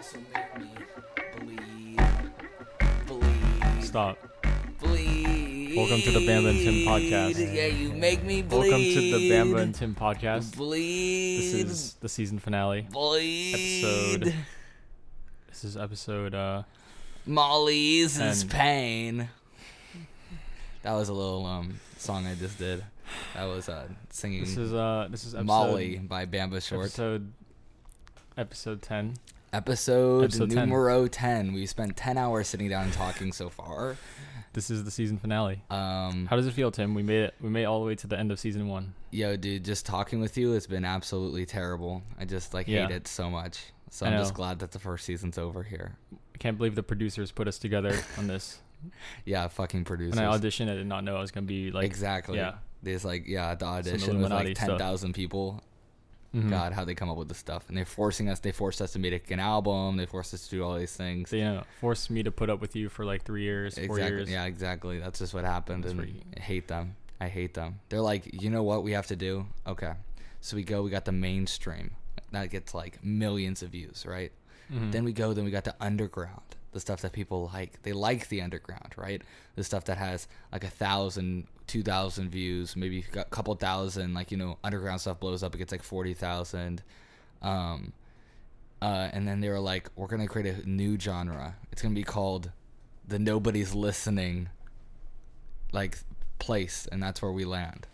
So make me bleed, bleed, Stop. bleed. Welcome to the Bamba and Tim podcast. Yeah, you make me bleed. Welcome to the Bamba and Tim podcast. This Bleed. is the season finale. bleed. episode- This is episode uh Molly's is And- pain. That was a little um song I just did. That was uh singing this is uh this is episode Molly by Bamba Short. episode episode 10. Episode, Episode 10. numero 10. We've spent 10 hours sitting down and talking so far. This is the season finale. Um, How does it feel, Tim? We made it we made it all the way to the end of season 1. yo, dude, just talking with you has been absolutely terrible. I just like Yeah. hate it so much. So I I'm just know. glad that the first season's over here. I can't believe the producers put us together on this. Yeah, fucking producers. When I auditioned, I did not know I was going to be like exactly. Yeah. There's like, yeah, the audition was Illuminati like stuff. 10,000 people. Mhm. God, how they come up with this stuff. And they're forcing us, they forced us to make an album. They forced us to do all these things. So, you know, forced me to put up with you for like 3 years, 4 exactly. years. Yeah, exactly. That's just what happened, That's and right. I hate them. I hate them. They're like, you know what we have to do? Okay, so we go. We got the mainstream that gets like millions of views, right? Mm-hmm. Then we go. Then we got the underground, the stuff that people like. They like the underground, right? The stuff that has like a thousand, two thousand views, maybe a couple thousand. Like you know, underground stuff blows up. It gets like forty thousand. Um, uh, and then they were like, "We're gonna create a new genre. It's gonna be called the nobody's listening, like place, and that's where we land,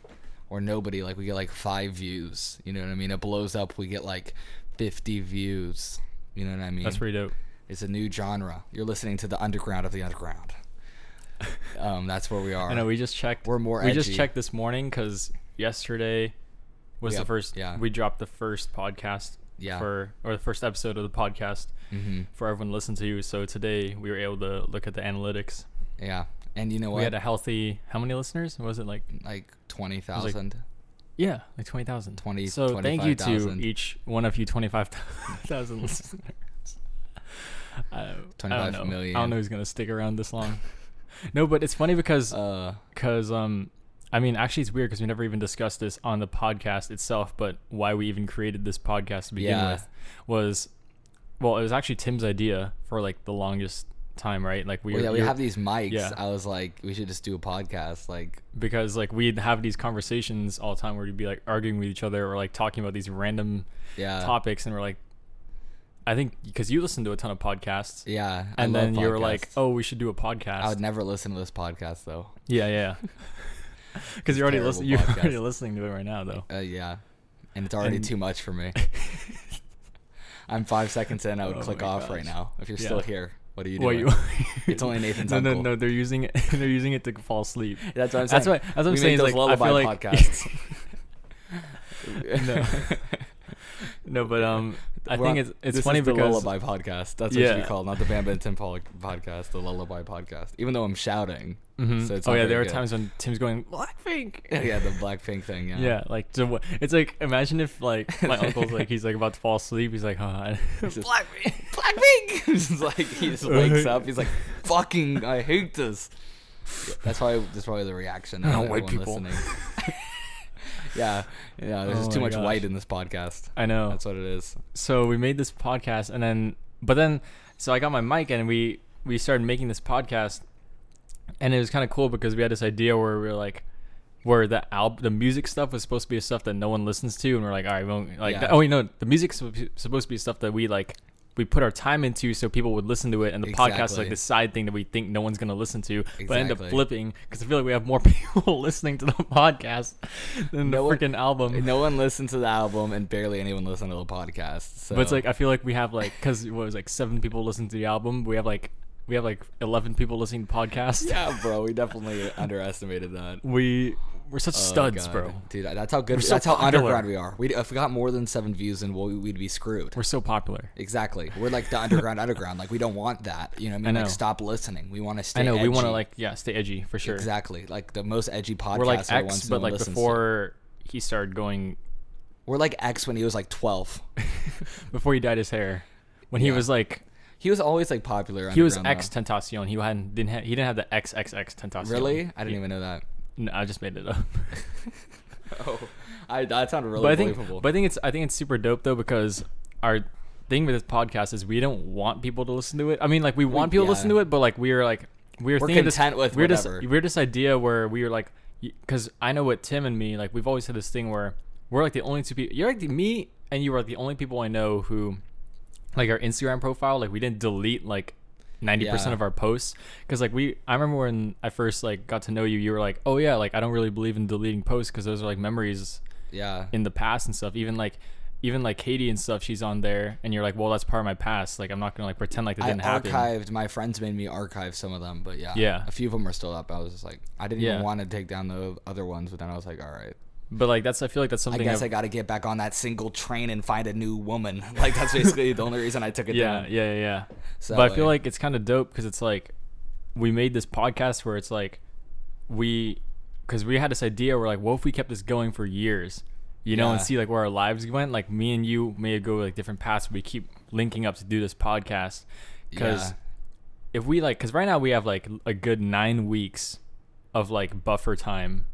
or nobody. Like we get like five views. You know what I mean? It blows up. We get like fifty views. You know what I mean? That's pretty dope. it's a new genre. You're listening to the underground of the underground. um, that's where we are. I know we just checked. We're more We just edgy. checked this morning because yesterday was Yeah, the first. yeah. We dropped the first podcast. Yeah. For or the first episode of the podcast hmm for everyone to listen to. So today we were able to look at the analytics. Yeah, and you know We had what? a healthy. How many listeners was it? Like like twenty thousand. yeah, like twenty thousand. 20 So thank you to 25,000. each one of you twenty five thousand listeners. I, I don't 25 know. million. I don't know who's gonna stick around this long. no, but it's funny because uh, because um i mean actually it's weird because we never even discussed this on the podcast itself but why we even created this podcast to begin Yeah. with was well it was actually tim's idea for like the longest time right like we, well, yeah, we you- have these mics. yeah. I was like, we should just do a podcast. Like, because like we'd have these conversations all the time where we'd be like arguing with each other or like talking about these random yeah, topics and we're like i think because you listen to a ton of podcasts yeah. I and love then you were like podcasts. oh we should do a podcast I would never listen to this podcast though. yeah yeah because you're already terrible listening you're podcast. already listening to it right now though Uh, yeah, and it's already And- too much for me. I'm five seconds in. I would Oh click my off right gosh. now. If you're Yeah. still here, what are you Well, doing? It's only Nathan's no, uncle. No, no, they're using it. They're using it to fall asleep. That's what I'm saying. That's why. That's what I'm we saying. Make is, those like, I feel lullaby like podcasts. No. no, but um, I We're think on- it's it's this funny is the because lullaby podcast. That's what it should be Yeah. called, not the Bamba and Tim Pollock podcast, the lullaby podcast. Even though I'm shouting, Mhm. so it's oh not yeah, very there are good. times when Tim's going Blackpink. yeah, the Blackpink thing. Yeah. Yeah, like so what- it's like imagine if like my uncle's like he's like about to fall asleep. He's like, huh? Just, Blackpink. Blackpink. just like he just wakes up. He's like, "Fucking, I hate this." Yeah, that's probably that's probably the reaction. Oh, of white everyone people. yeah, yeah. There's Oh just too my much gosh. white in this podcast. I know. That's what it is. so we made this podcast and then but then so i got my mic and we we started making this podcast and it was kind of cool because we had this idea where we were like where the alb the music stuff was supposed to be stuff that no one listens to and we're like all right we won't, like Yeah. oh you know the music's sup- supposed to be stuff that we like we put our time into so people would listen to it and the podcast is Exactly. like the side thing that we think no one's going to listen to but end up Exactly. flipping because i feel like we have more people listening to the podcast than No the one- freaking album No one listened to the album, and barely anyone listened to the podcast. So But it's like I feel like we have like because what was it, like seven people listening to the album. We have like we have like eleven people listening to podcasts. yeah, bro, we definitely underestimated that. We we're such Oh, studs, God. bro. Dude, that's how good. so that's how popular. underground we are. We if we got more than seven views, then we we'd be screwed. We're so popular. Exactly. We're like the underground underground. Like we don't want that. You know what I mean? know. Like stop listening. We want to stay I know we want to edgy. like yeah stay edgy for sure. Exactly. Like the most edgy podcast We're like that X, once but no one like listens to. before he started going, We're like X when he was like 12. before he dyed his hair, when he Yeah. was like He was always like popular he was underground, X Tentacion. He hadn't didn't ha- he didn't have the XXX Tentacion. though. Really? I didn't even know that. No, I just made it up. Oh. I that sounded really but I think believable. but I think it's I think it's super dope though because our thing with this podcast is we don't want people to listen to it. I mean, like we want people yeah. to listen to it, but like we're like we're, We're thinking content this, with we're this whatever. we're this idea where we were like because I know what Tim and me like we've always had this thing where we're like the only two people. You're like the, me and you are the only people I know who like our Instagram profile. Like we didn't delete like ninety percent Yeah. of our posts because like we. I remember when I first like got to know you, you were like, oh yeah, like I don't really believe in deleting posts because those are like memories Yeah. in the past and stuff. Even like even like Katie and stuff, she's on there, and you're like, well, that's part of my past. Like I'm not gonna like pretend like that I didn't happen. archived. My friends made me archive some of them, but yeah, Yeah. a few of them are still up. I was just like, I didn't Yeah. even want to take down the other ones, but then I was like, all right, But like that's I feel like that's I something. guess I've- I got to get back on that single train and find a new woman. Like that's basically the only reason I took it yeah, down. yeah, yeah, yeah. So, but I feel like- like it's kind of dope because it's like we made this podcast where it's like we because we had this idea where like, what if we kept this going for years, you know, and Yeah. see like where our lives went. Like me and you may go like different paths. We keep linking up to do this podcast because Yeah. if we like because right now we have like a good nine weeks of like buffer time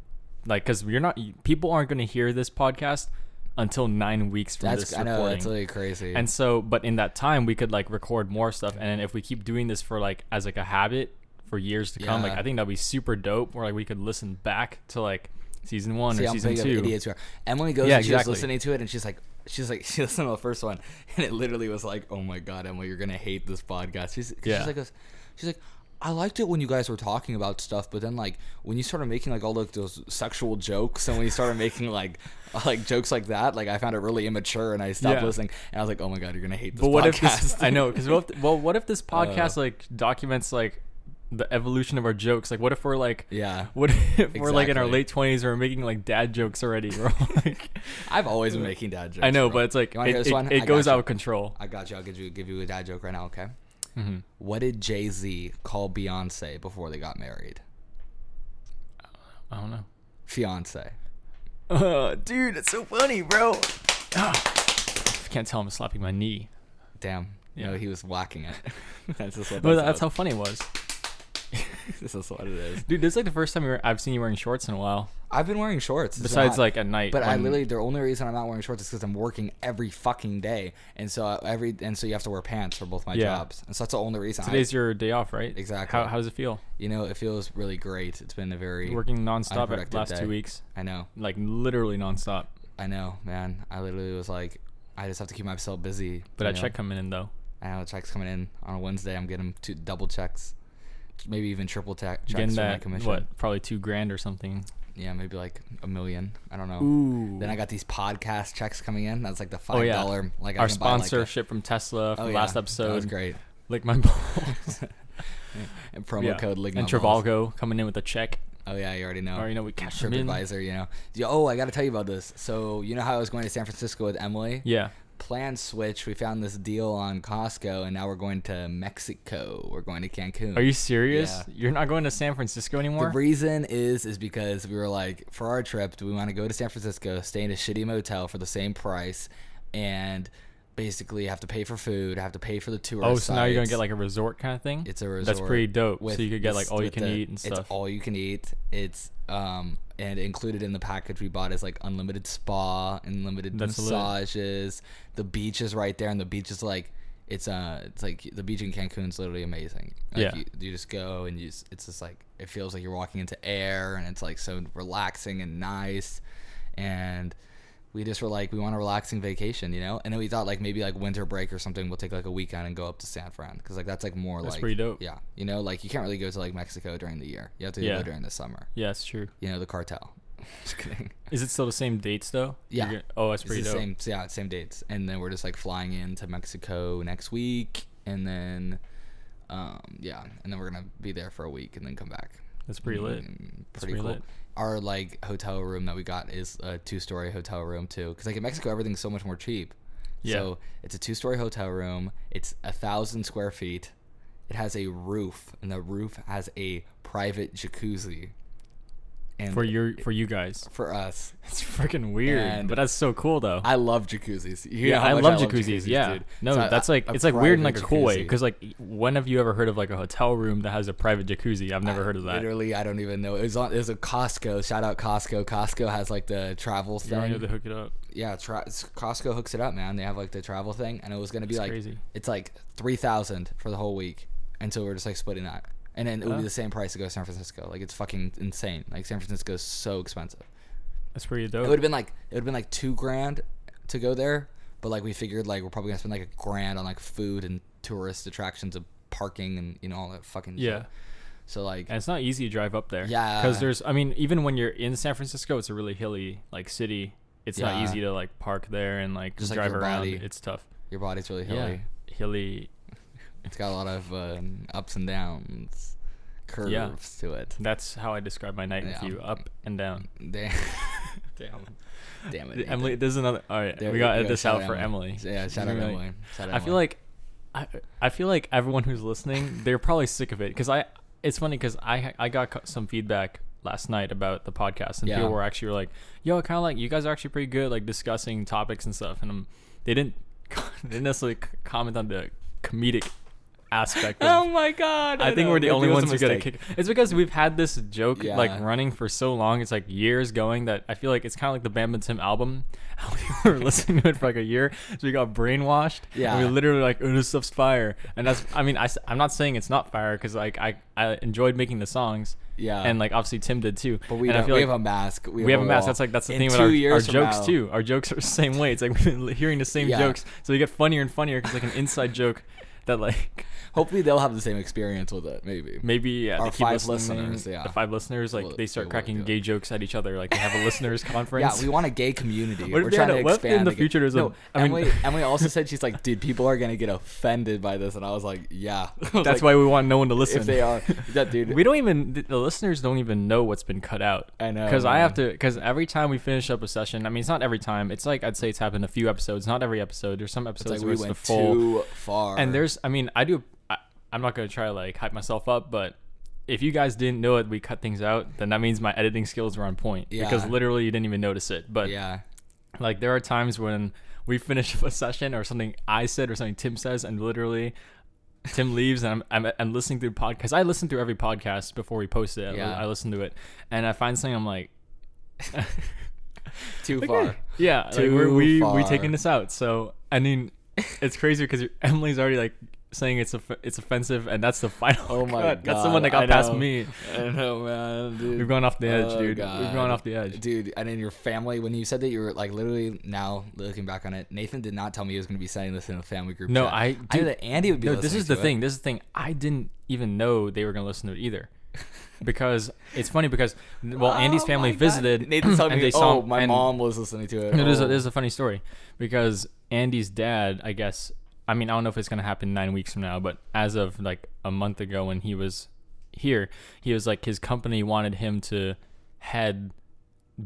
like because you're not people aren't going to hear this podcast until nine weeks from That's this I recording know that's really crazy. and so but in that time we could like record more stuff and then if we keep doing this for like as like a habit for years to come like Yeah. i think that'd be super dope where like we could listen back to like season one See or how season big of two idiots we are. Emily goes Yeah, and she exactly. was listening to it and she's like she's like she listened to the first one and it literally was like, Oh my god, Emily, you're gonna hate this podcast. She's Yeah. she's like goes- she's like I liked it when you guys were talking about stuff, but then like when you started making like all like those sexual jokes and when you started making like like jokes like that, like I found it really immature and I stopped Yeah. listening and I was like, Oh my god, you're gonna hate this but what podcast. Uh. if this i know because what if, well what if this podcast like documents like the evolution of our jokes like what if we're like yeah. What if we're like in our Exactly. late twenties and we're making like dad jokes already? We're all like, I've always been making dad jokes. I know, bro. but it's like You wanna it, hear this it- one? it I goes got you. out of control. I got you. I'll give you give you a dad joke right now. Okay. Mm-hmm. What did Jay Z call Beyonce before they got married? I don't know, Fiance. uh, dude. It's so funny, bro. Ah. I can't tell I'm slapping my knee, Damn. Yeah. No, he was whacking it. that's just what but that that's how sounds. funny it was, this is what it is. dude. This is like the first time you're, I've seen you wearing shorts in a while. I've been wearing shorts. It's Besides, not- like at night. But I when- literally the only reason I'm not wearing shorts is because I'm working every fucking day, and so I- every and so you have to wear pants for both my Yeah. jobs, and so that's the only reason. I- today's your day off, right? Exactly. How, how does it feel? you know, it feels really great. It's been a very Working nonstop at unproductive last day. two weeks, I know. like literally nonstop. I know, man. I literally was like, I just have to keep myself busy. But you I know? check coming in though. I know the check's coming in on a Wednesday. I'm getting two double checks, maybe even triple ta- checks Getting for my that commission. what? Probably two grand or something. Yeah, maybe like a million. I don't know. Ooh. Oh. Then I got these podcast checks coming in. That's like the Oh five yeah, dollar. Like I our can buy, like, a- sponsorship from Tesla from Oh, last yeah. episode. That was great. Lick my balls. And promo Yeah. code Ligma and Balls. Trivalgo coming in with a check. Oh yeah, you already know. Or you know we cash them in. TripAdvisor, you know. Yo, oh, I got to tell you about this. So you know how I was going to San Francisco with Emily? Yeah, Plan switch. We found this deal on Costco, and now we're going to Mexico. We're going to Cancun. are you serious? Yeah. You're not going to San Francisco anymore? The reason is is because we were like, for our trip, do we want to go to San Francisco, stay in a shitty motel for the same price, and basically have to pay for food, have to pay for the tour. oh, so now you're gonna sites. get like a resort kind of thing. it's a resort. That's pretty dope. with so you could get like this- all you with can the- eat and stuff. It's all you can eat. It's um and included in the package we bought is like unlimited spa, unlimited That's lit. massages. The beach is right there, and the beach is like. It's uh, it's like the beach in Cancun's literally amazing. Like Yeah. you, you just go and you, s- it's just like it feels like you're walking into air, and it's like so relaxing and nice. And we just were like, we want a relaxing vacation, you know. And then we thought like maybe like winter break or something, we'll take like a weekend and go up to San Fran because like that's like more That's like pretty dope. yeah, you know, like you can't really go to like Mexico during the year. You have to Yeah. go during the summer. yeah, it's true. You know, the cartel. Just kidding. Is it still the same dates though? You're Yeah. gonna- oh, that's It's pretty the dope. same, yeah, same dates, and then we're just like flying into Mexico next week, and then, um, yeah, and then we're gonna be there for a week and then come back. That's pretty lit. Mm, That's pretty pretty cool. lit. Our like hotel room that we got is a two-story hotel room too, because like in Mexico everything's so much more cheap. Yeah. So it's a two-story hotel room. It's a thousand square feet. It has a roof, and the roof has a private jacuzzi. and for your for you guys. for us. It's freaking weird, And- but that's so cool though. I love jacuzzis. You yeah, know how I much love jacuzzis. yeah, dude. no, So, that's a- like a it's like weird in like a private cool way jacuzzi. because like when have you ever heard of like a hotel room that has a private jacuzzi? I've never heard of that. Literally, I don't even know. It was on. It was a Costco. Shout out Costco. Costco has like the travel You want thing. to hook it up? yeah, tra- Costco hooks it up, man. They have like the travel thing, and it was gonna be It's like crazy. it's like three thousand for the whole week, and so we're just like splitting that, and then it would Huh? be the same price to go to San Francisco. Like it's fucking insane. Like San Francisco is so expensive. That's pretty It dope. would have been like it would have been like two grand to go there, but like we figured like we're probably gonna spend like a grand on like food and tourist attractions and parking and you know all that fucking shit. yeah, So like and it's not easy to drive up there. Yeah. because there's I mean even when you're in San Francisco, it's a really hilly like city. It's Yeah. not easy to like park there and like Just, like, drive your around. body. It's tough. your body's really hilly. Yeah, hilly. It's got a lot of um, ups and downs, curves Yeah. to it. That's how I describe my night Yeah. with you: up and down. Damn, damn, damn it, Emily, there's another. All right, There we gotta you edit go. this Shout out for Emily. Yeah, shout out Really. Emily. Shout out I feel Emily. like, I, I feel like everyone who's listening, they're probably sick of it because I. It's funny because I I got co- some feedback last night about the podcast and Yeah. people were actually like, "Yo, kind of like you guys are actually pretty good like discussing topics and stuff," and um, they didn't they didn't necessarily c- comment on the comedic aspect. Of, oh my god, I think we're the only ones who got got a kick. It's because we've had this joke like Yeah. running for so long. It's like years going that I feel like it's kind of like the Bam and Tim album. How we were listening to it for like a year, so we got brainwashed. Yeah. and we literally like oh, this stuff's fire, and that's. I mean, I, am not saying it's not fire because like I I enjoyed making the songs. Yeah. and like obviously Tim did too. But we, and I don't, feel we like have a mask. We, we have a mask. wall. That's like that's the In thing with two our, our years from jokes now- too. Our jokes are the same way. It's like we've been hearing the same Yeah. jokes, so they get funnier and funnier because like an inside joke that like Hopefully, they'll have the same experience with it. Maybe. maybe yeah, Our they keep five listening. listeners, yeah. The five listeners, like will- they they start will do cracking it. gay jokes at each other. Like they have a listeners Yeah, conference. we want a gay community. What if We're they trying had to a- what if expand. in the gay- future there's a- no, I mean- Emily, Emily also said she's like, dude, people are gonna get offended by this, and I was like, yeah. That's why we want no one to listen. If they are, that dude. we don't even th- the listeners don't even know what's been cut out. I know, because I man. have to because every time we finish up a session, I mean it's not every time. It's like I'd say it's happened a few episodes, not every episode. There's some It's episodes like where we it's the went full too far. And there's, I mean, I do. I, I'm not gonna try to like hype myself up, but if you guys didn't know it, we cut things out. Then that means my editing skills were on point because Yeah. literally you didn't even notice it. But yeah, like there are times when we finish a session or something I said or something Tim says, and literally. Tim leaves and I'm, I'm, I'm listening through podcast. I listen through every podcast before we post it. I- Yeah. I listen to it and I find something I'm like, too far. yeah, like Too we're, we we far. taking this out. So I mean, it's crazy because Emily's already like saying it's off- it's offensive, and that's the final. Oh my god, cut. that's the one that I got past know. me. I know, man. Dude. We've gone off the edge, Oh, dude. We've God. gone off the edge. dude. And in your family, when you said that you were like literally now looking back on it, Nathan did not tell me he was going to be sending this in a family group. No, chat. I- I knew dude, that Andy would be. No, this listening is the to it. thing. This is the thing. I didn't even know they were gonna listen to it either, because it's funny because well, Andy's Oh family my God. visited. Nathan told and me, they saw "Oh, my and- mom was listening to it." No, there's a, Oh. there's a funny story because Andy's dad, I guess, I mean, I don't know if it's gonna happen nine weeks from now, but as of like a month ago when he was here, he was like his company wanted him to head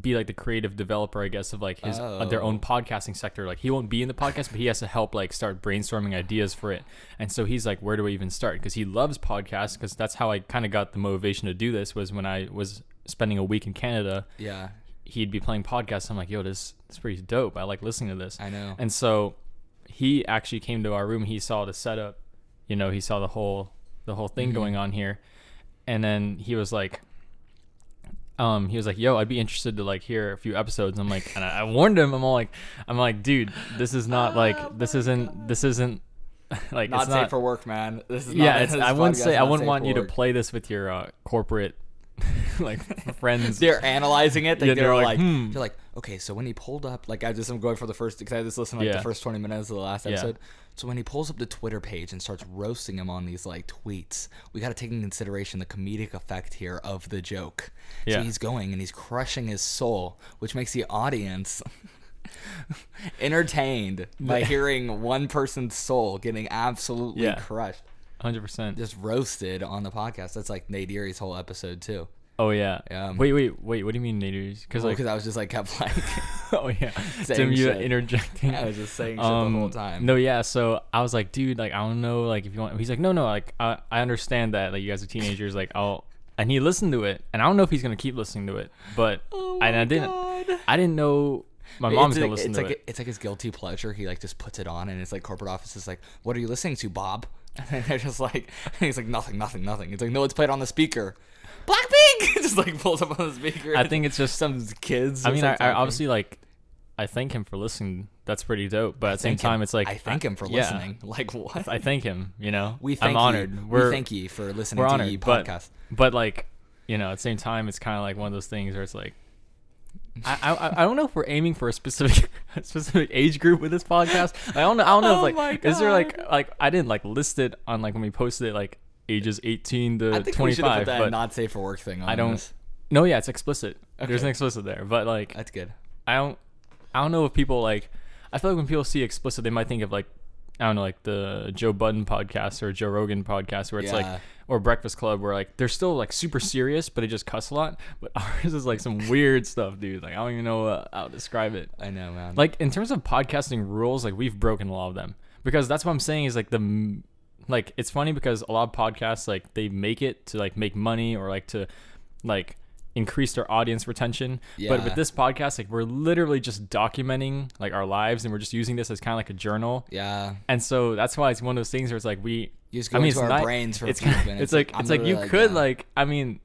be like the creative developer, I guess, of like his uh, their own Oh. podcasting sector. Like he won't be in the podcast, but he has to help like start brainstorming ideas for it. And so he's like, where do I even start? Because he loves podcasts. Because that's how I kind of got the motivation to do this was when I was spending a week in Canada yeah, he'd be playing podcasts. I'm like, yo, this this is pretty dope. I like listening to this. I know. And so he actually came to our room. He saw the setup. You know, he saw the whole the whole thing Mm-hmm. going on here. And then he was like, um, he was like, yo, I'd be interested to like hear a few episodes. I'm like, and I, I warned him. I'm all like, I'm like, dude, this is not like this isn't this isn't like not it's safe not for work, man. This is yeah. Not, It's, this I wouldn't podcast say is I not wouldn't safe want for you to work. play this with your uh, corporate like friends. They're analyzing it. They, Yeah, they're, they're like, like, hmm. they're like, okay, so when he pulled up, like I just am going for the first because I just listened to like Yeah. the first twenty minutes of the last Yeah. episode. So when he pulls up the Twitter page and starts roasting him on these like tweets, we got to take into consideration the comedic effect here of the joke. Yeah. So he's going and he's crushing his soul, which makes the audience entertained by hearing one person's soul getting absolutely Yeah. crushed, 100. percent just roasted on the podcast. That's like Nate Erie's whole episode too. Oh yeah. Yeah. Wait, wait, wait. What do you mean naders? Because like, Because I was just like kept like. oh yeah, Tim, Saying you shit. interjecting. Um, I was just saying shit the whole time. No, yeah. So I was like, dude, like I don't know, like if you want. He's like, no, no, like I, I understand that, like you guys are teenagers, like I'll. and he listened to it, and I don't know if he's gonna keep listening to it, but Oh and I my didn't. God. I didn't know my It's mom's like- gonna listen it's to like it. It's like his guilty pleasure. He like just puts it on, and it's like corporate office is like, "What are you listening to, Bob?" And they're just like, and he's like, "Nothing, nothing, nothing." It's like, "No, it's played on the speaker." Blackpink just like pulls up on the speaker. I think it's just some kids. I or mean, I, I something. obviously like. I thank him for listening. That's pretty dope. But at the same Thank him. time, it's like I thank him for yeah, listening. Like what? I thank him. You know, we thank I'm honored. You. We're we thank you for listening we're to honored. the but podcast. but like you know, at the same time, it's kind of like one of those things where it's like. I, I, I don't know if we're aiming for a specific a specific age group with this podcast. I don't know. I don't know Oh if like my is there like God. like I didn't like list it on like when we posted it like ages eighteen I to think twenty we should have put five. that But not safe for work thing. On I don't. this. No, yeah, it's explicit. There's Okay. an explicit there, but like That's good. I don't I don't know if people like I feel like when people see explicit they might think of like I don't know like the Joe Budden podcast or Joe Rogan podcast where it's Yeah. like or Breakfast Club where like they're still like super serious but they just cuss a lot but ours is like some weird stuff dude like I don't even know uh, how to describe it I know, man. like in terms of podcasting rules like we've broken a lot of them because that's what i'm saying is like the m- like it's funny because a lot of podcasts like they make it to like make money or like to like increase their audience retention but Yeah. with this podcast like we're literally just documenting like our lives and we're just using this as kind of like a journal yeah. and so that's why it's one of those things where it's like we You just go into our brains for a it's few kinda- minutes, It's like like, it's I'm like you literally like, could yeah. like I mean,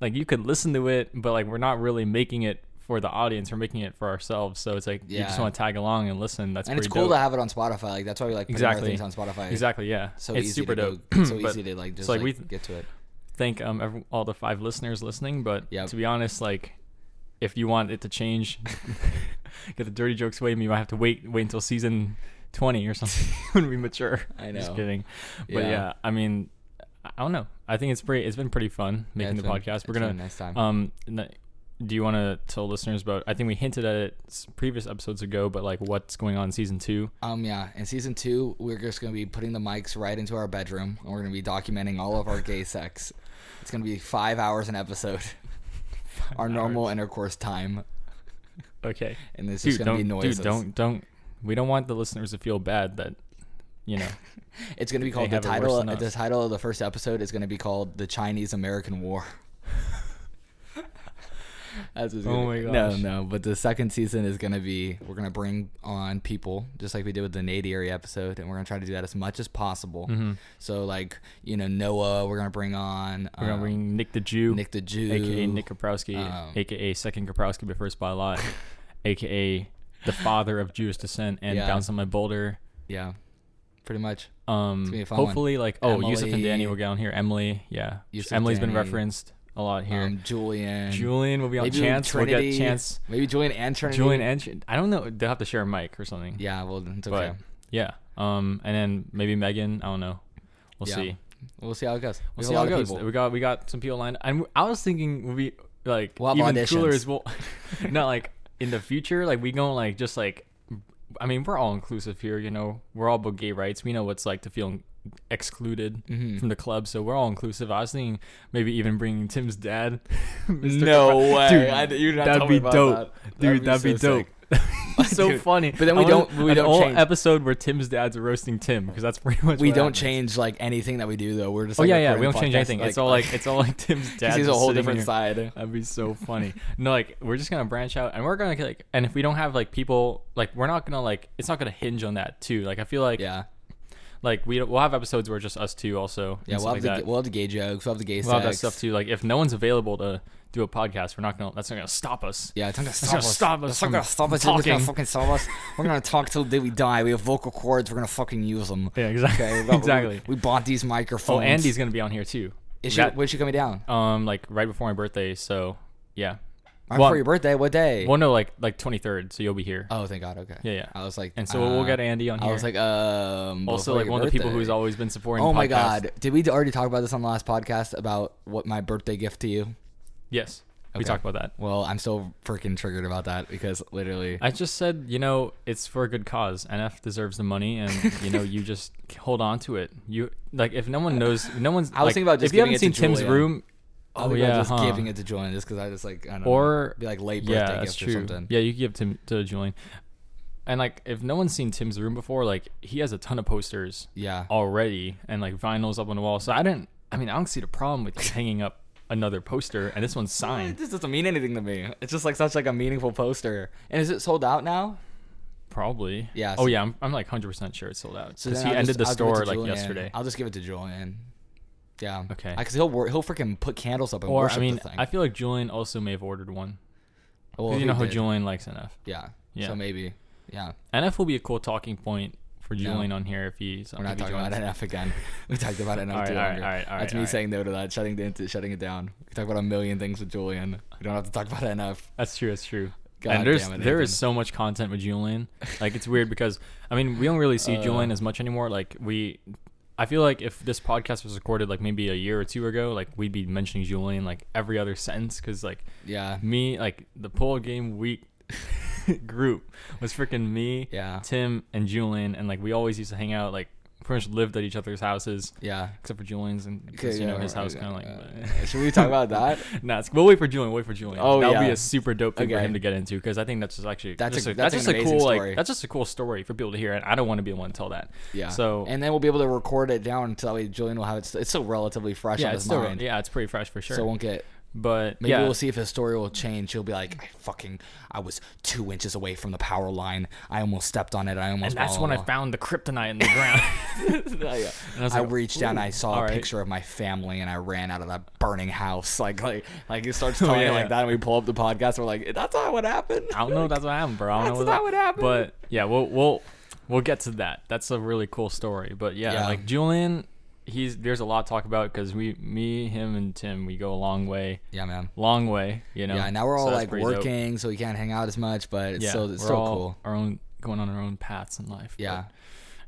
like you could listen to it, but like we're not really making it for the audience. We're making it for ourselves. So it's like you just Yeah. want to tag along and listen. That's And it's pretty cool dope. to have it on Spotify. Like that's why we like putting Exactly. our things on Spotify. exactly yeah. So it's easy super to go- dope. so But easy to like just like, like, we- get to it. thank um every, all the five listeners listening. But Yep. to be honest, like if you want it to change, get the dirty jokes away. You might have to wait wait until season twenty or something when we mature. I Just know. kidding. But yeah. Yeah. I mean, I I don't know. I think it's pretty. It's been pretty fun Yeah, making it's the been- podcast. We're it's been gonna a nice time. um. n- Do you want to tell listeners about? I think we hinted at it s- previous episodes ago, but like what's going on in season two? Um, yeah. In season two, we're just gonna be putting the mics right into our bedroom, and we're gonna be documenting all of our gay sex. It's gonna be five hours an episode, our normal intercourse time, Okay, and it's dude, just gonna don't be noises. dude, don't don't. We don't want the listeners to feel bad that, you know. It's gonna be called They the have it worse title. than us. The title of the first episode is gonna be called "The Chinese American War." That's what's Oh gonna- my gosh. No, no. But the second season is gonna be we're gonna bring on people just like we did with the Nate Erie episode, and we're gonna try to do that as much as possible. Mm-hmm. So like you know Noah, we're gonna bring on We're gonna um, bring Nick the Jew, Nick the Jew, aka Nick Kaprowski, um, aka Second Kaprowski, but first by a lot, aka the father of Jewish descent and Yeah. bounce on my boulder. Yeah, pretty much. Um, gonna be a fun one. hopefully, like oh, Yusuf and Danny Emily. will get on here. Emily, yeah, Yusuf, Emily's been Danny. referenced a lot here. Um, Julian, Julian will be on maybe Chance. We'll Trinity, get Chance, Maybe Julian and Trinity. Julian, and Ch- I don't know. They'll have to share a mic or something. yeah, well, it's but okay. yeah, um, and then maybe Megan. I don't know. We'll Yeah. see. We'll see how it goes. We'll There's see a how lot it of goes. people. We got we got some people lined. And I was thinking we be like We'll have even cooler auditions. is well, not like in the future. Like we going like just like, I mean we're all inclusive here. You know we're all about gay rights. We know what's like to feel excluded Mm-hmm. from the club. So we're all inclusive. I was thinking maybe even bringing Tim's dad. Mr. No Capra- way. Dude, I- you're not that'd telling be me about dope, that. dude. That'd That'd be, be so dope. so Dude, funny. but then we I don't- wanna- we an don't whole change. episode where Tim's dad's roasting Tim because that's pretty much we what don't happened. change like anything that we do though. We're just Oh like, yeah, yeah. We recording don't change podcasts, anything. it's all like it's all like Tim's dad. he sees a just whole sitting different here. side. That'd be so funny. no, like we're just gonna branch out, and we're gonna like, and if we don't have like people, like we're not gonna like, it's not gonna hinge on that too. Like I feel like Yeah, like we we'll have episodes where just us two also. and yeah. We'll have, stuff like the, that. we'll have the gay jokes. We'll have the gay We'll have that sex. stuff too. Like if no one's available to do a podcast, we're not gonna. That's not gonna stop us. Yeah, it's not gonna It's not stop gonna us. stop It's us not from gonna stop us. It's not talking. gonna fucking stop us. We're gonna talk till the day we die. We have vocal cords. We're gonna fucking use them. Yeah, exactly. Okay, we- exactly. We, bought these microphones. Oh, Andy's gonna be on here too. Is she? That- When's she coming down? um like right before my birthday? So yeah. Right well, before your birthday. What day? Well, no, like like twenty third. So you'll be here. Oh, thank God. Okay. Yeah, yeah. I was like, and so we'll uh, get Andy on here. I was like, um. also before like your one of the people birthday. who's always been supporting. Oh the my podcast. God! Did we already talk about this on the last podcast about what my birthday gift to you? Yes, we Okay. talked about that. Well, I'm so freaking triggered about that because literally, I just said, you know, it's for a good cause. NF deserves the money, and you know, you just hold on to it. You like, if no one knows, no one's. I was like, thinking about just if you haven't giving it seen to Tim's Julia. room. I Oh think yeah, I'm just huh. giving it to Julian just because I just like I don't Or- know, be like late birthday yeah, that's gift true. or something. Yeah, you could give Tim to Julian, and like, if no one's seen Tim's room before, like, he has a ton of posters Yeah, already, and like vinyls up on the wall. So I didn't. I mean, I don't see the problem with just hanging up another poster, and this one's It signed. just doesn't mean anything to me. It's just like such like a meaningful poster. And is it sold out now? Probably. Yeah, Oh so- yeah, I'm, I'm like 100% sure it's sold out because then he I'll ended just- the I'll give it store to like Julian. yesterday. I'll just give it to Julian. Yeah. Okay. Because he'll wor- he'll freaking put candles up and or worship I mean, the thing. I feel like Julian also may have ordered one. 'Cause Well, you he know how did. Julian likes NF. Yeah. Yeah. So maybe. Yeah. NF will be a cool talking point for No. Julian on here if he's. We're not if he talking about joins. NF again. We talked about NF. All right, too all right, longer. all right, all That's right, me all right. saying no to that, shutting the, into shutting it down. We can talk about a million things with Julian. We don't have to talk about NF. That's true. That's true. God and there's damn it, there is Anthony. so much content with Julian. Like it's weird because I mean we don't really see Uh. Julian as much anymore. Like we, I feel like if this podcast was recorded like maybe a year or two ago, like we'd be mentioning Julian like every other sentence because like Yeah. me like the poll game week group was freaking me, Yeah. Tim and Julian, and like we always used to hang out like pretty much lived at each other's houses Yeah. except for Julian's and because you know his house kind of like. Uh, should we talk about that? Nah, it's, we'll wait for Julian. Wait for Julian. Oh, that'll be yeah. a super dope thing for Okay. him to get into because I think that's just actually That's just a- a, that's just an a amazing cool story. like that's just a cool story for people to hear, and I don't want to be the one to tell that. Yeah. So and then we'll be able to record it down until that way Julian will have it. It's still relatively fresh yeah, on it's his still mind, yeah, it's pretty fresh for sure. so it won't get. but Maybe yeah, we'll see if his story will change. He'll be like, "I fucking, I was two inches away from the power line. I almost stepped on it. I almost." and that's blah, when blah, I found the kryptonite in the ground. blah." Yeah, yeah. I, I was like, reached down. I saw a alright." picture of my family, and I ran out of that burning house. Like, like, like he starts telling Oh, yeah, it like yeah. that, and we pull up the podcast. We're like, "That's not what happened." I don't know. if That's what happened, bro. I don't That's know not what happened. But yeah, we'll we'll we'll get to that. That's a really cool story. But yeah, Yeah. like Julian, he's there's a lot to talk about because we, me, him, and Tim, we go a long way, yeah, man. long way. You know. Yeah, now we're So all that's like pretty dope. working, so we can't hang out as much, but it's yeah, still it's we're still all cool. Our own going on our own paths in life. but Yeah.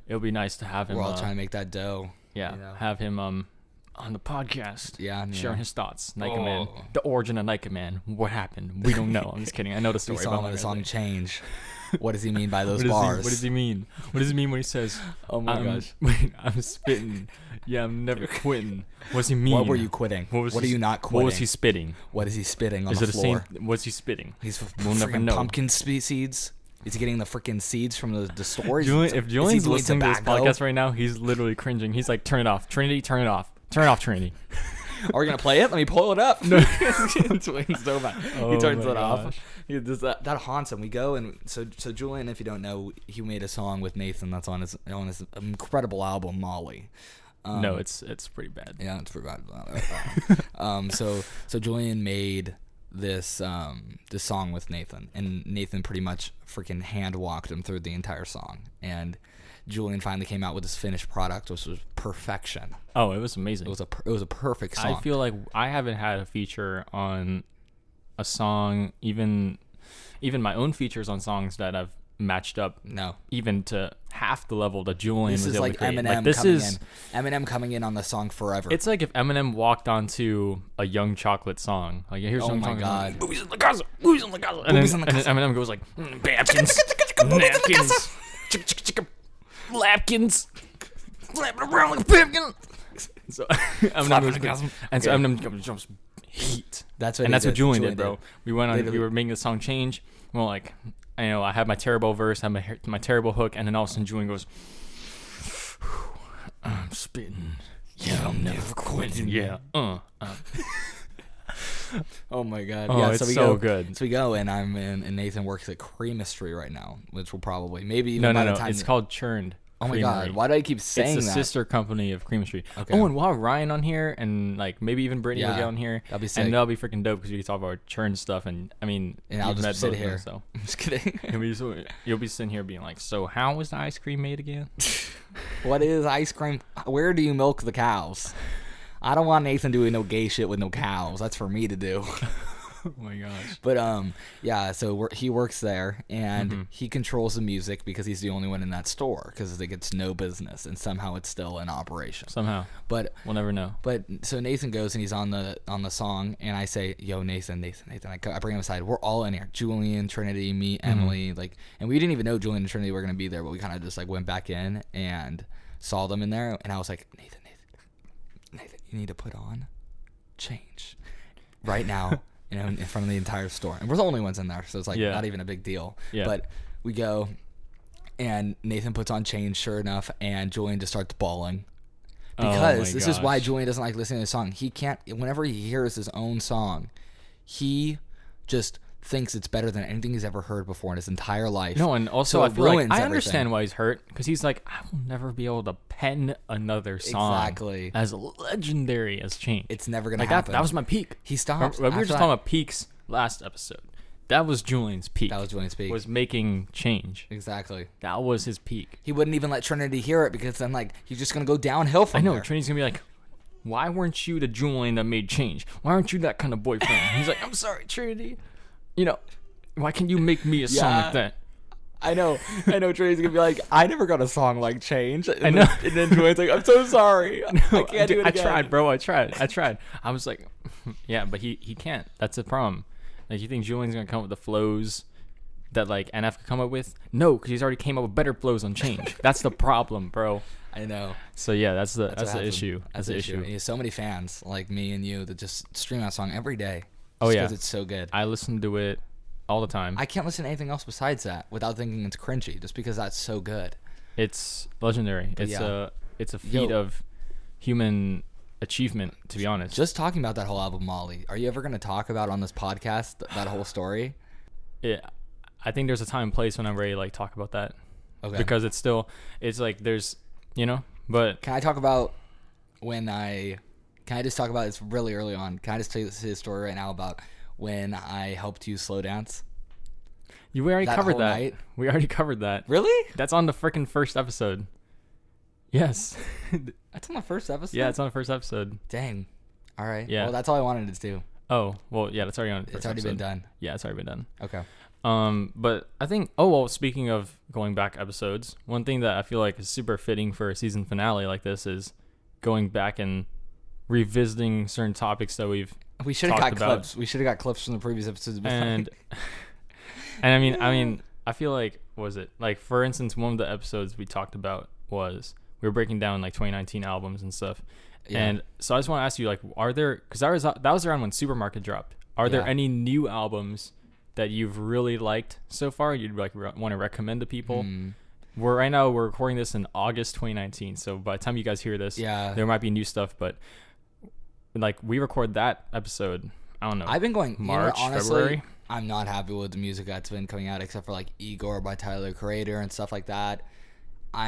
it'll be nice to have him. We're all uh, trying to make that dough. yeah, you know? have him um on the podcast. Yeah, sharing yeah. his thoughts. Nike Man, Oh. the origin of Nike Man. What happened? We don't know. I'm just kidding. I know the We story. saw about him on the song "Change." What does he mean by those What does, he, bars? what does he mean? What does he mean when he says, Oh my I'm, gosh. Wait, I'm spitting. Yeah, I'm never quitting. What does he mean? What were you quitting? What, was are he- you not What quitting? was he spitting? What is he spitting on Is the it the same? floor? What's he spitting? He's f- We'll never freaking know. pumpkin spe- seeds. Is he getting the freaking seeds from the, the store? Is- Julian, is if he Julian's doing listening to this tobacco? podcast right now, he's literally cringing. He's like, "Turn it off, Trinity. Turn it off. Turn it off, Trinity." are we gonna play it? Let me pull it up. No, Julian's so bad. Oh he turns my it off. gosh. He just, that, that haunts him. We go and so so Julian, if you don't know, he made a song with Nathan that's on his on his incredible album Molly. Um, no, it's it's pretty bad. Yeah, it's provided. by that. um, so so Julian made this um this song with Nathan, and Nathan pretty much freaking hand walked him through the entire song, and Julian finally came out with his finished product, which was perfection. Oh, it was amazing. It was a per- it was a perfect song. I feel like I haven't had a feature on a song, even even my own features on songs that I've matched up no. even to half the level that Julian This was is able like to create. Eminem Like, this coming is in. Eminem coming in on the song Forever. it's like if Eminem walked onto a Young Chocolate song. Like here's Oh Young my Chocolate God. song, Boobies in the casa, boobies in the casa, and, Boobies then, in the and then Eminem goes like "Mm, napkins, napkins, chicka, chicka, chicka, lapkins, lap it around like a pipkin. So Eminem in the goes, casa. and so Okay. Eminem comes- jumps heat. That's what he and that's what did. Julian, Julian did, bro. did. We went on. Literally. We were making the song change. We are like, I know I have my terrible verse, I have my, her- my terrible hook, and then all of a sudden Julian goes, "I'm spitting, yeah, I'm never quitting, yeah, uh, uh." oh my god! Oh, yeah, it's so we so go, good. So we go, and I'm in, and Nathan works at Creamistry right now, which will probably maybe even No, by no, the no. time It's called Churned. Oh my Creamery. god! Why do I keep saying it's the that? sister company of Creamistry. Okay. Oh, and we'll have Ryan on here, and like maybe even Brittany will Yeah, get on here. that'd be sick. And that'll be freaking dope because we can talk about churn stuff. And I mean, and I'll you've met just sit both of them, here. so I'm just kidding. You'll be so- you'll be sitting here being like, "So how was the ice cream made again?" what is ice cream? Where do you milk the cows? I don't want Nathan doing no gay shit with no cows. That's for me to do. oh my gosh. But um, yeah. So we're, he works there, and Mm-hmm. he controls the music because he's the only one in that store because it gets no business, and somehow it's still in operation. Somehow But we'll never know. But so Nathan goes and he's on the on the song, and I say, "Yo, Nathan, Nathan, Nathan." I, co- I bring him aside. We're all in here: Julian, Trinity, me, Mm-hmm. Emily. Like, and we didn't even know Julian and Trinity were gonna be there, but we kind of just like went back in and saw them in there, and I was like, "Nathan, Nathan, Nathan, you need to put on change right now." You know, in front of the entire store, and we're the only ones in there, so it's like Yeah. not even a big deal. Yeah. But we go, and Nathan puts on change, sure enough, and Julian just starts bawling. Oh my because this is why gosh. Julian doesn't like listening to the song. He can't. Whenever he hears his own song, he just thinks it's better than anything he's ever heard before in his entire life. No, and also So I it feel like ruins I understand everything. why he's hurt because he's like, I will never be able to pen another song Exactly. as legendary as Change. it's never gonna like that. happen. That was my peak. he Remember- stopped. we were after just that, talking about peaks last episode. That was Julian's peak. That was Julian's peak. Was making Change. exactly. That was his peak. He wouldn't even let Trinity hear it because then like he's just gonna go downhill from I know there. Trinity's gonna be like, why weren't you the Julian that made Change? Why aren't you that kind of boyfriend? he's like, I'm sorry, Trinity. You know, why can't you make me a song Yeah. like that? I know, I know. Trinity's gonna be like, I never got a song like Change. And know. Then, and then Julian's like, I'm so sorry. I can't do Dude, it. I again." tried, bro. I tried. I tried. I was like, yeah, but he he can't. That's the problem. Like, you think Julian's gonna come up with the flows that like NF could come up with? No, because he's already came up with better flows on Change. that's the problem, bro. I know. So yeah, that's the that's, what the happened. issue. That's the issue. And you have so many fans like me and you that just stream that song every day. Oh, just yeah. 'cause it's so good. I, I listen to it all the time. can't listen to anything else besides that without thinking it's cringy, just because that's so good. It's legendary. It's yeah. a it's a feat Yo. of human achievement, to be honest. Just talking about that whole album, Molly. Are you ever gonna talk about on this podcast th- that whole story? Yeah, I think there's a time and place when I'm ready to like talk about that Okay. because it's still it's like there's you know, but Can I talk about when I? Can I just talk about it's really early on? Can I just tell you his story right now about when I helped you slow dance? You we already That covered whole that. night? We already covered that. Really? That's on the freaking first episode. Yes. That's on the first episode. yeah, it's on the first episode. Dang. All right. Yeah. Well, that's all I wanted to do. Oh, well, yeah, that's already on. The first It's already been episode. done. Yeah, it's already been done. Okay. Um, but I think oh well. Speaking of going back episodes, one thing that I feel like is super fitting for a season finale like this is going back and revisiting certain topics that we've We should have got talked about. clips. We should have got clips from the previous episodes. but- and and I mean I mean I feel like what was it like for instance one of the episodes we talked about was we were breaking down like 2019 albums and stuff Yeah. and so I just want to ask you like are there because I was that was around when Supermarket dropped are there Yeah. any new albums that you've really liked so far you'd like re- want to recommend to people Hmm. we're right now we're recording this in August 2019 so by the time you guys hear this Yeah. there might be new stuff but like we record that episode I don't know I've been going you know, March, honestly, February? I'm not happy with the music that's been coming out, except for like Igor by Tyler Creator and stuff like that.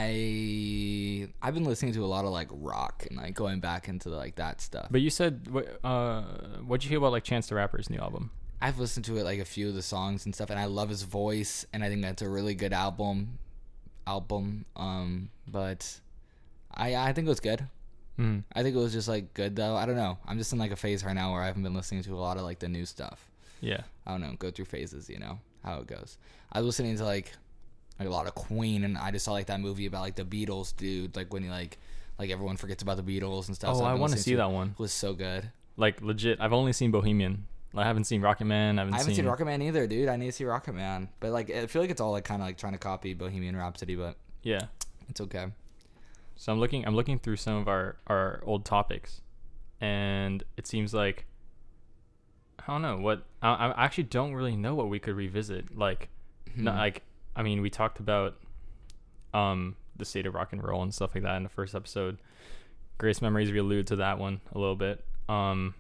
I I've been listening to a lot of like rock and like going back into like that stuff. But you said, wh- uh, what'd you feel about like Chance the Rapper's new album? I've listened to it like a few of the songs and stuff, and I love his voice, and I think that's a really good album. Album, um, but I I think it was good. Mm. I think it was just like good though. I don't know. I'm just in like a phase right now where I haven't been listening to a lot of like the new stuff. Yeah. I don't know, go through phases, you know, how it goes. I was listening to like like a lot of Queen and I just saw like that movie about like the Beatles dude, like when he like like everyone forgets about the Beatles and stuff. Oh, I've I been want to listening see that one. It was so good. Like legit, I've only seen Bohemian. I haven't seen Rocket Man. I haven't, I haven't seen Rocket Man either, dude. I need to see Rocket Man. But like I feel like it's all like kinda like trying to copy Bohemian Rhapsody, but Yeah. it's okay. So I'm looking. I'm looking through some of our our old topics, and it seems like I don't know what I, I actually don't really know what we could revisit. Like, no, Hmm. like I mean, we talked about um the state of rock and roll and stuff like that in the first episode. Grace memories. We allude to that one a little bit. Um,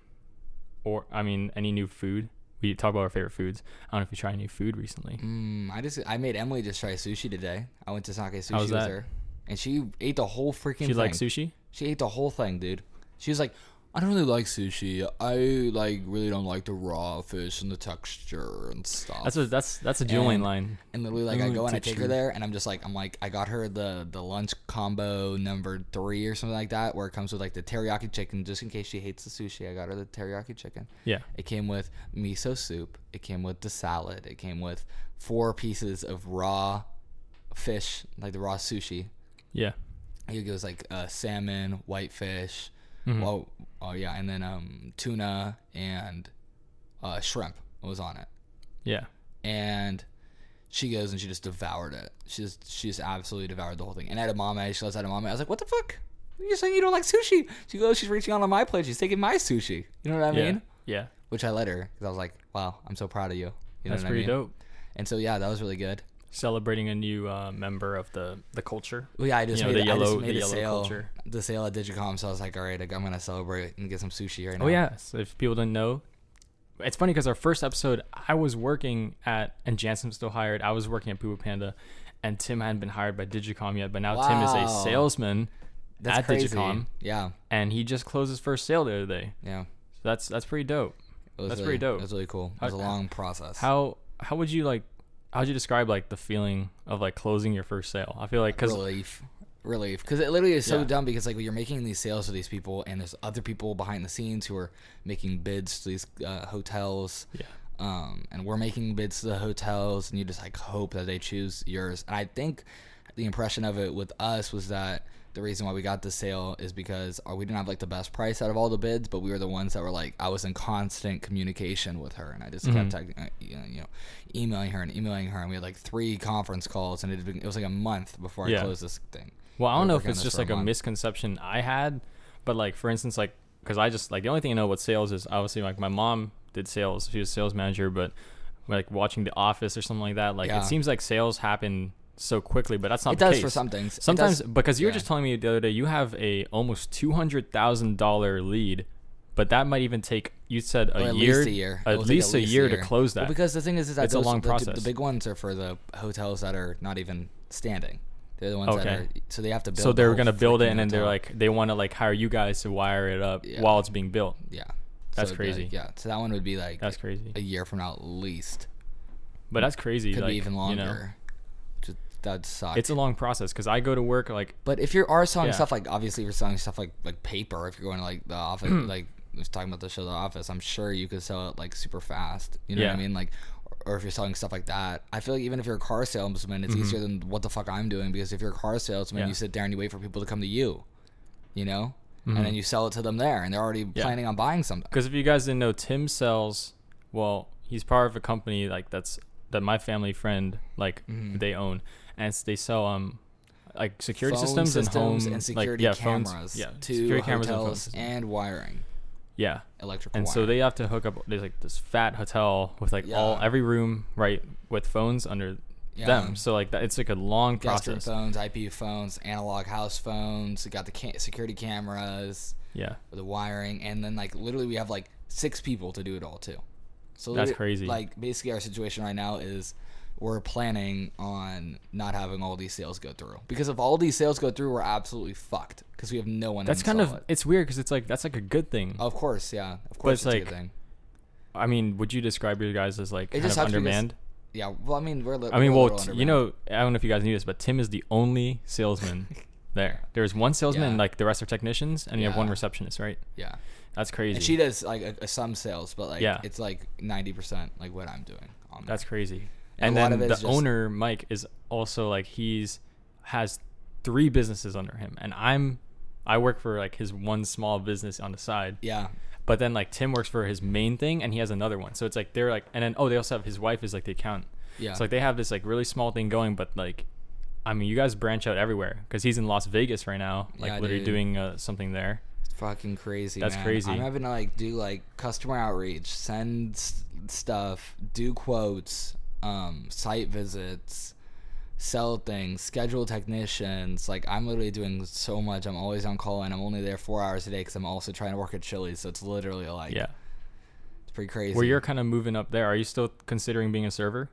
or I mean, any new food. We talk about our favorite foods. I don't know if you tried new food recently. Mm, I just I made Emily just try sushi today. I went to Sake Sushi was with that? her. And she ate the whole freaking She thing. likes sushi. She ate the whole thing, dude. She was like, I don't really like sushi. I like really don't like the raw fish and the texture and stuff. That's a that's that's a Julian line. Oh, and literally, like, I Ooh, go and I texture. take her there, and I'm just like, I'm like, I got her the the lunch combo number three or something like that, where it comes with like the teriyaki chicken, just in case she hates the sushi. I got her the teriyaki chicken. Yeah. It came with miso soup. It came with the salad. It came with four pieces of raw fish, like the raw sushi Yeah. he goes like uh, salmon, whitefish, Mm-hmm. oh, oh yeah, and then um, tuna and uh, shrimp was on it. Yeah. And she goes and she just devoured it. She just she just absolutely devoured the whole thing. And edamame, she loves edamame. I was like, what the fuck? You're saying you don't like sushi? She goes, she's reaching out on my plate. She's taking my sushi. You know what I Yeah. mean? Yeah. Which I let her because I was like, wow, I'm so proud of you. You know That's what I pretty mean? dope. And so yeah, that was really good. celebrating a new uh, member of the the culture. Well, yeah, I just You know, made, the I yellow- just made the a yellow sale, culture. the sale at Digicom. So I was like, all right, I'm gonna celebrate and get some sushi right now. Oh yeah. So if people didn't know, it's funny because our first episode, I was working at, and Jansen was still hired. I was working at Poo Poo Panda, and Tim hadn't been hired by Digicom yet. But now Tim is Wow. a salesman that's at crazy. Digicom, Yeah, and he just closed his first sale the other day. yeah. So that's that's pretty dope. It was That's really, pretty dope. It was really cool. It was a How- long process. How how would you like? How would you describe like the feeling of like closing your first sale? I feel like because relief relief because it literally is so Yeah. dumb because like you're making these sales to these people and there's other people behind the scenes who are making bids to these uh, hotels Yeah. um, and we're making bids to the hotels and you just like hope that they choose yours and i think the impression of it with us was that the reason why we got the sale is because uh, we didn't have like the best price out of all the bids but we were the ones that were like i was in constant communication with her and i just kept talking, uh, you know- you know emailing her and emailing her and we had like three conference calls and it, had been, it was like a month before before I Yeah. close this thing. Well, I don't We're know if working on it's this just for a like a, month. misconception I had, but like for instance, like because I just like the only thing I know about sales is obviously like my mom did sales; she was a sales manager. But like watching The Office or something like that, like Yeah. it seems like sales happen so quickly, but that's not It the does case. for some things. It Sometimes does- because you were yeah. just telling me the other day you have a almost two hundred thousand dollar lead, but that might even take you said a Or at year, least a year. It at will take least a year to close that. Well, because the thing is, is that It's a those- long the- The, process. big ones are for the hotels that are not even standing. They're the ones that Okay. are so they have to build. so the they're whole gonna build it, freaking and then they're hotel. like they want to like hire you guys to wire it up Yeah. while it's being built. yeah, That's So it'd be like- crazy. yeah, so that one would be like That's crazy. a year from now at least. But that's crazy. Could like, be even longer. You know, Just, that sucks. it's a long process because I go to work like But if you are selling Yeah. stuff like obviously if you're selling stuff like like paper, if you're going to like the office, Hmm. like I was talking about the show The Office, I'm sure you could sell it like super fast. You know what I Yeah. mean? Like, or if you're selling stuff like that, I feel like even if you're a car salesman, it's easier than what the fuck I'm doing because if you're a car salesman, Mm-hmm. Yeah. you sit there and you wait for people to come to you, you know, Mm-hmm. and then you sell it to them there, and they're already planning on buying something. because if you guys didn't know, Tim sells. Well, he's part of a company like that's that my family friend like Mm-hmm. they own, and it's- they sell um like security Phone systems, and home and like, security yeah, phones- cameras yeah, to security cameras and phone hotels systems. and, wiring, yeah. electrical. And so wiring. they have to hook up. There's like this fat hotel with like all Yeah. every room right with phones under Yeah. them. So like that, it's like a long Gaston process. phones, IP phones, analog house phones. We got the ca- security cameras, Yeah, the wiring, and then like literally we have like six people to do it all too. So That's literally, crazy. Like basically our situation right now is we're planning on not having all these sales go through because if all these sales go through, we're absolutely fucked because we have no one. to that's kind of install it. it's weird because it's like that's like a good thing. Of course, yeah. Of course, it's it's a good like- thing. I mean, would you describe your guys as like It kind just of helps because- undermanned? Yeah. Well, I mean, we're. Li- I mean, we're a well, little t- undermanned. you know, I don't know if you guys knew this, but Tim is the only salesman there. There's one salesman, Yeah. and like the rest are technicians, and you have one Yeah. receptionist, right? Yeah. That's crazy. And she does like a, a, some sales, but like Yeah. it's like ninety percent like what I'm doing. On That's crazy. And And, a lot then of the it is just- owner Mike is also like he's has three businesses under him, and I'm I work for like his one small business on the side. Yeah. But then like Tim works for his main thing and he has another one. So it's like they're like and then oh they also have his wife is like the accountant. Yeah. So like they have this like really small thing going, but like I mean you guys branch out everywhere because he's in Las Vegas right now, like Yeah, literally dude. doing uh, something there. fucking crazy. That's man. crazy. I'm having to like do like customer outreach, send s- stuff, do quotes, um, site visits, sell things, schedule technicians. Like I'm literally doing so much. I'm always on call, and I'm only there four hours a day because I'm also trying to work at Chili's. So it's literally like Yeah. it's pretty crazy. Where you're kind of moving up there, are you still considering being a server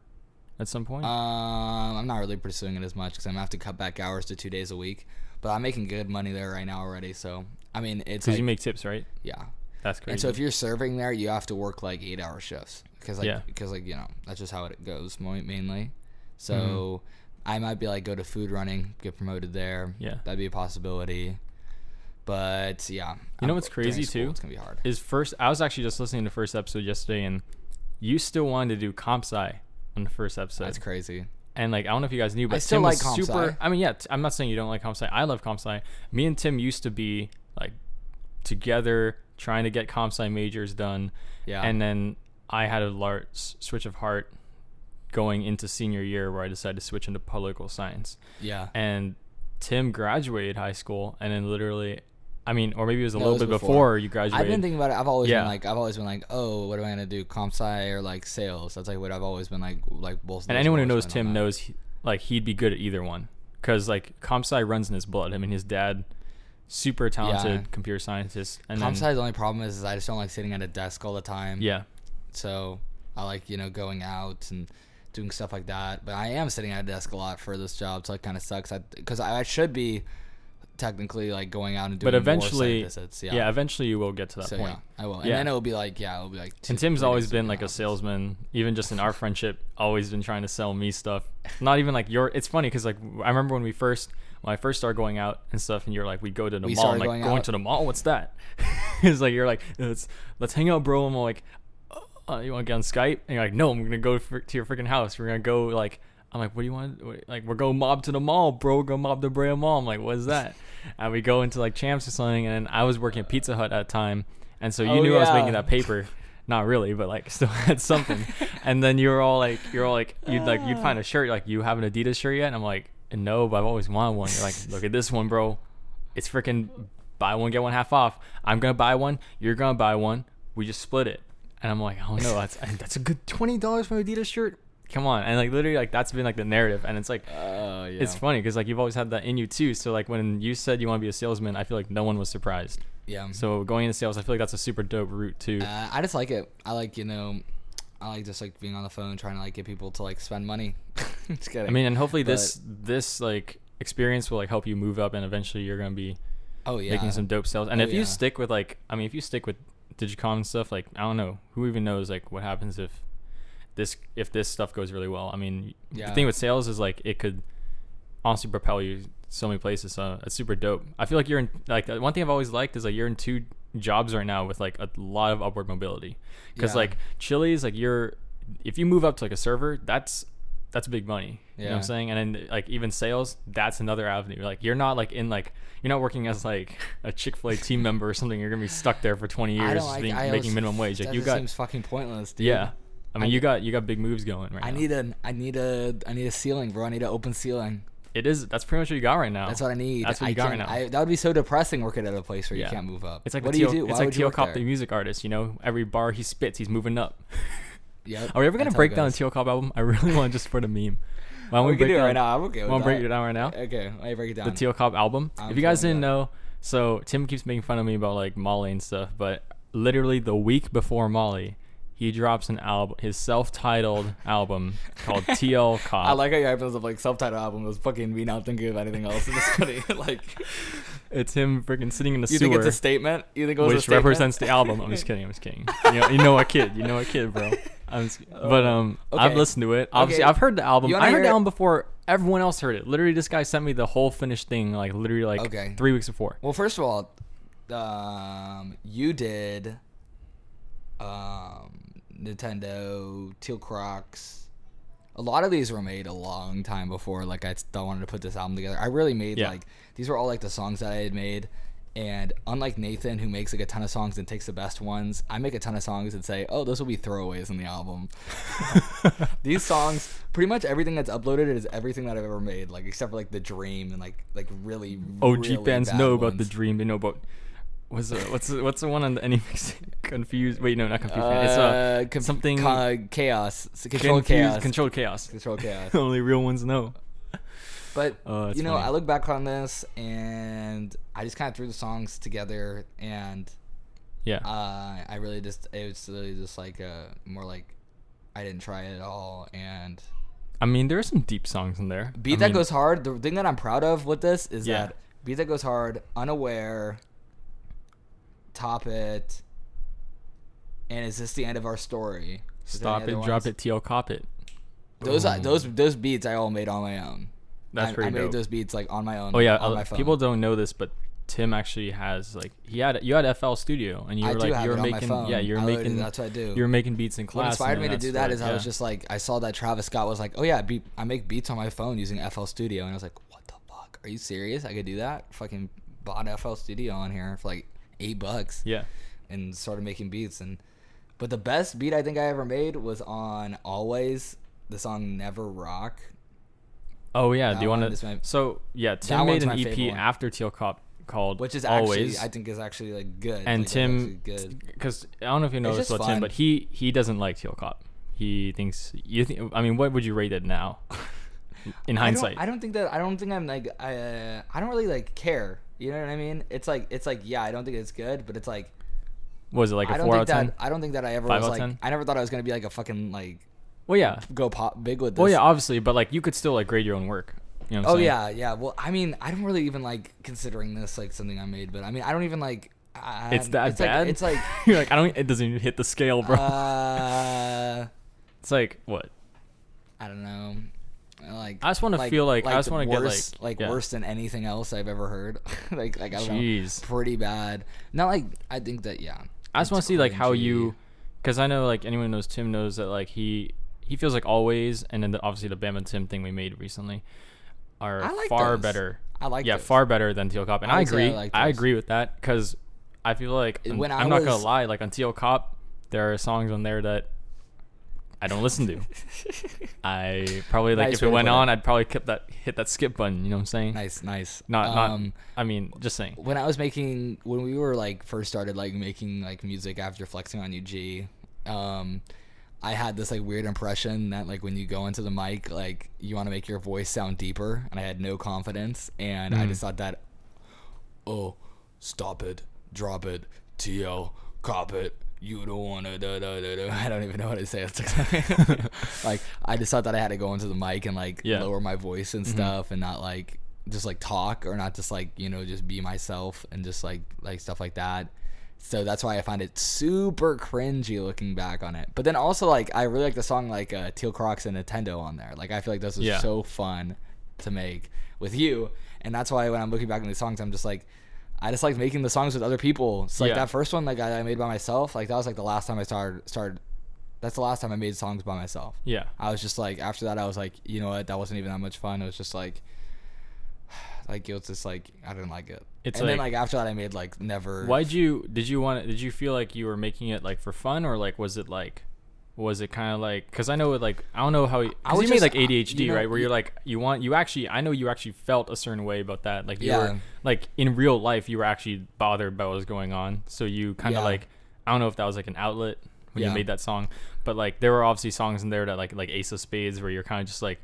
at some point? Um, I'm not really pursuing it as much because I'm gonna have to cut back hours to two days a week. But I'm making good money there right now already. So I mean, it's Because like, you make tips, right? yeah. That's crazy. And so if you're serving there, you have to work like eight hour shifts because like Yeah. because like you know that's just how it goes mo- mainly. So I might be like go to food running, get promoted there. Mm-hmm. Yeah. that'd be a possibility. But yeah, You know I'm- what's during crazy, school, too? It's gonna be hard. is first I was actually just listening to the first episode yesterday and you still wanted to do comp sci on the first episode. That's crazy. and like I don't know if you guys knew, but still Tim like was comp super. sci. I mean, yeah, t- I'm not saying you don't like comp sci. I love comp sci. Me and Tim used to be like together trying to get comp sci majors done. Yeah. And then I had a large switch of heart going into senior year where I decided to switch into political science. Yeah, And Tim graduated high school and then literally, I mean, or maybe it was a No, it little was bit before. before, you graduated. I've been thinking about it. I've always Yeah. been like I've always been like oh what am I gonna do comp sci or like sales? That's like what I've always been like like both. of And those anyone who have knows always been Tim on that. knows he, like he'd be good at either one because like comp sci runs in his blood. I mean, his dad, super talented Yeah. computer scientist, and Comp then, sci's only problem is, is I just don't like sitting at a desk all the time. yeah, So I like, you know, going out and doing stuff like that. But I am sitting at a desk a lot for this job, so it kind of sucks. Because I, I should be technically like going out and doing but eventually, more site visits. yeah. Yeah. eventually you will get to that so point. yeah, I will. And Yeah. then it will be like, yeah, it will be like. two, And Tim's three always days a been week like now. a salesman, even just in our friendship, always been trying to sell me stuff. Not even like your. It's funny because like I remember when we first, when I first started going out and stuff, and you're like, we go to the We mall. I'm started like, going going, out- to the mall? What's that? it's like you're like, let's let's hang out, bro. I'm like, uh, you want to get on Skype? And you're like, no, I'm gonna go fr- to your freaking house. We're gonna go like. I'm like, what do you want? What, like, we're going mob to the mall, bro. We're going mob the Brea Mall. I'm like, what is that? and we go into like Champs or something. And I was working at Pizza Hut at the time, and so you Oh, knew I was yeah. making that paper not really but like still had something and then you're all like you're all like you'd like you'd find a shirt like you have an adidas shirt yet and i'm like no but i've always wanted one you're like look at this one bro it's freaking buy one get one half off i'm gonna buy one you're gonna buy one we just split it and i'm like oh no that's that's a good $20 for an adidas shirt come on and like literally like that's been like the narrative and it's like Oh, yeah. it's funny because like you've always had that in you too so like when you said you want to be a salesman i feel like no one was surprised yeah. so going into sales i feel like that's a super dope route too Um, Uh, I just like it. I like, you know, I like just like being on the phone trying to like get people to like spend money. just kidding. I mean, and hopefully this this like experience will like help you move up, and eventually you're gonna be oh, yeah. making some dope sales. And Oh, if yeah. you stick with like, I mean, if you stick with Digicom and stuff, like I don't know, who even knows like what happens if this if this stuff goes really well. I mean, Yeah. the thing with sales is like it could honestly propel you so many places. So it's super dope. I feel like you're in like uh, one thing I've always liked is like you're in two jobs right now with like a lot of upward mobility because Yeah. like Chili's like you're if you move up to like a server that's that's big money you know what Yeah. i'm saying and then like even sales that's another avenue like you're not like in like you're not working as like a chick-fil-a team member or something you're gonna be stuck there for 20 I years don't like, being, I making always- minimum wage like that you just got seems fucking pointless, dude. yeah i mean I- you got you got big moves going right I now need an I need a I need a ceiling, bro. I need an open ceiling. it is that's pretty much what you got right now That's what I need. Oh, that's what I you got right can't- now I, that would be so depressing working at a place where Yeah. you can't move up. it's like what the do Teo- you do? it's Why like would you Teo work Cop, there? the music artist. You know, every bar he spits, he's moving up. Yep, Are we ever gonna that's how it break down the goes. Teal Cop album? I really want to just for the meme. Why don't We can break do it right down- now. I'm okay with Want to break that. it down right now? Okay, I break it down. The Teal Cop album. I'm if you guys fine with didn't that. know, so Tim keeps making fun of me about like Molly and stuff, but literally the week before Molly, he drops an album, his self-titled album called Teal oh, Cop. I like how you hype this up like subtitle album was fucking me not thinking of anything else. It's funny. like it's him freaking sitting in the you think sewer, it's a statement? You think it was a which statement? represents the album. I'm just kidding. I'm just kidding. You know, you know a kid. You know a kid, bro. I'm just, but um, I've Oh, Okay. listened to it. Obviously, Okay. I've heard the album. You wanna I heard the hear- album before everyone else heard it. Literally, this guy sent me the whole finished thing, like literally, like Okay. three weeks before. Well, first of all, um, you did um, Nintendo Teal Crocs. A lot of these were made a long time before. Like I still wanted to put this album together. I really made Yeah. like these were all like the songs that I had made. And unlike Nathan, who makes like a ton of songs and takes the best ones, I make a ton of songs and say, "Oh, those will be throwaways in the album." These songs, pretty much everything that's uploaded is everything that I've ever made, like except for like the Dream and like like really OG really fans bad know about the ones. dream. They know about what's the, what's the, what's the one on the Animix? confused? Wait, no, not confused. fan. it's Uh, uh, com- something ca- chaos S- control confused, chaos Controlled chaos. control chaos Only real ones know. but Oh, that's you know funny. i look back on this and i just kind of threw the songs together and Yeah, uh, i really just it was really just like uh more like i didn't try it at all and I mean there are some deep songs in there. beat I that mean, goes hard the thing that i'm proud of with this is Yeah. that beat that goes hard unaware top it and is this the end of our story Is there any Stop it, other drop ones? it, TL cop it. Those I those those beats I all made on my own. That's I, pretty I made dope. those beats like on my own. Oh yeah, on uh, my phone. people don't know this, but Tim actually has like he had you had FL Studio and you I were do like have you were it on my making phone. yeah you're I literally- making that's what I do. You're making beats in What class. inspired and me to that's do that what- is I yeah. was just like I saw that Travis Scott was like, oh yeah, I beat, I make beats on my phone using FL Studio, and I was like, what the fuck? Are you serious? I could do that? Fucking bought FL Studio on here for like eight bucks. yeah and started making beats and but the best beat I think I ever made was on Always the song Never Rock. oh yeah That do you one want is to my- so yeah That Tim one's made an my favorite EP one. after TL cop called Which is always actually I think is actually like good. Like, and that's Tim actually good. because I don't know if you know this just about fun. Tim but he he doesn't like TL cop he thinks you think I mean what would you rate it now in I don't- hindsight. I don't, think that I don't think I'm like I uh, I don't really like care. You know what I mean? It's like it's like yeah, I don't think it's good, but it's like What was it like I a don't four think out of ten? that I don't think that I ever Five was out of like 10? I never thought I was gonna be like a fucking like Well, yeah. go pop big with this. Well, yeah, obviously, but like you could still like grade your own work. You know what I'm Oh saying? yeah, yeah. Well, I mean, I don't really even like considering this like something I made, but I mean, I don't even like. I, It's that it's bad. Like, it's like, you're like I don't. It doesn't even hit the scale, bro. uh, it's like what? I don't know. Like I just wanna feel like- I just wanna get, worse- like- like yeah. worse than anything else I've ever heard. like like I don't Jeez. know, pretty bad. Not like I think that yeah. I just it's want to see like how cringy. you, because I know like anyone who knows Tim knows that like he he feels like always, and then the, obviously the Bam and Tim thing we made recently are I like far those. better. I like yeah, those. far better than Teal Cop, and I I, would say I agree. I, like those. agree with that because I feel like I'm, When I I'm not was- gonna lie, like on Teal Cop, there are songs on there that I don't listen to. I probably like Nice if it way to went put it. on, I'd probably kept that hit that skip button. You know what I'm saying? Nice, nice. Not um, not. I mean, just saying. when I was making when we were like first started like making like music after flexing on UG, um, I had this like weird impression that like when you go into the mic, like you want to make your voice sound deeper, and I had no confidence, and I just thought that, oh, stop it, drop it, TL, cop it. You don't wanna da da da da. I don't even know how to say it. like I just thought that I had to go into the mic and like Yeah. lower my voice Mm-hmm. and stuff and not like just like talk or not just like you know just be myself and just like like stuff like that so that's why i find it super cringy looking back on it but then also like i really like the song like uh, teal crocs and nintendo on there like i feel like those was Yeah. so fun to make with you and that's why when i'm looking back on these songs i'm just like i just like making the songs with other people so like Yeah. that first one like I, I made by myself like that was like the last time i started started that's the last time i made songs by myself Yeah. I was just like after that I was like, you know what, that wasn't even that much fun. It was just like like it was just like I didn't like it. It's and then like- like after that I made like never Why'd you did you want did you feel like you were making it like for fun or like was it like was it kind of like because I know it like I don't know how I I was was you made just- like I- you ADHD know, right where you- you're like you want you actually I know you actually felt a certain way about that like you Yeah. were like in real life you were actually bothered by what was going on so you kind of Yeah. like I don't know if that was like an outlet when Yeah. you made that song but like there were obviously songs in there that like like Ace of Spades where you're kind of just like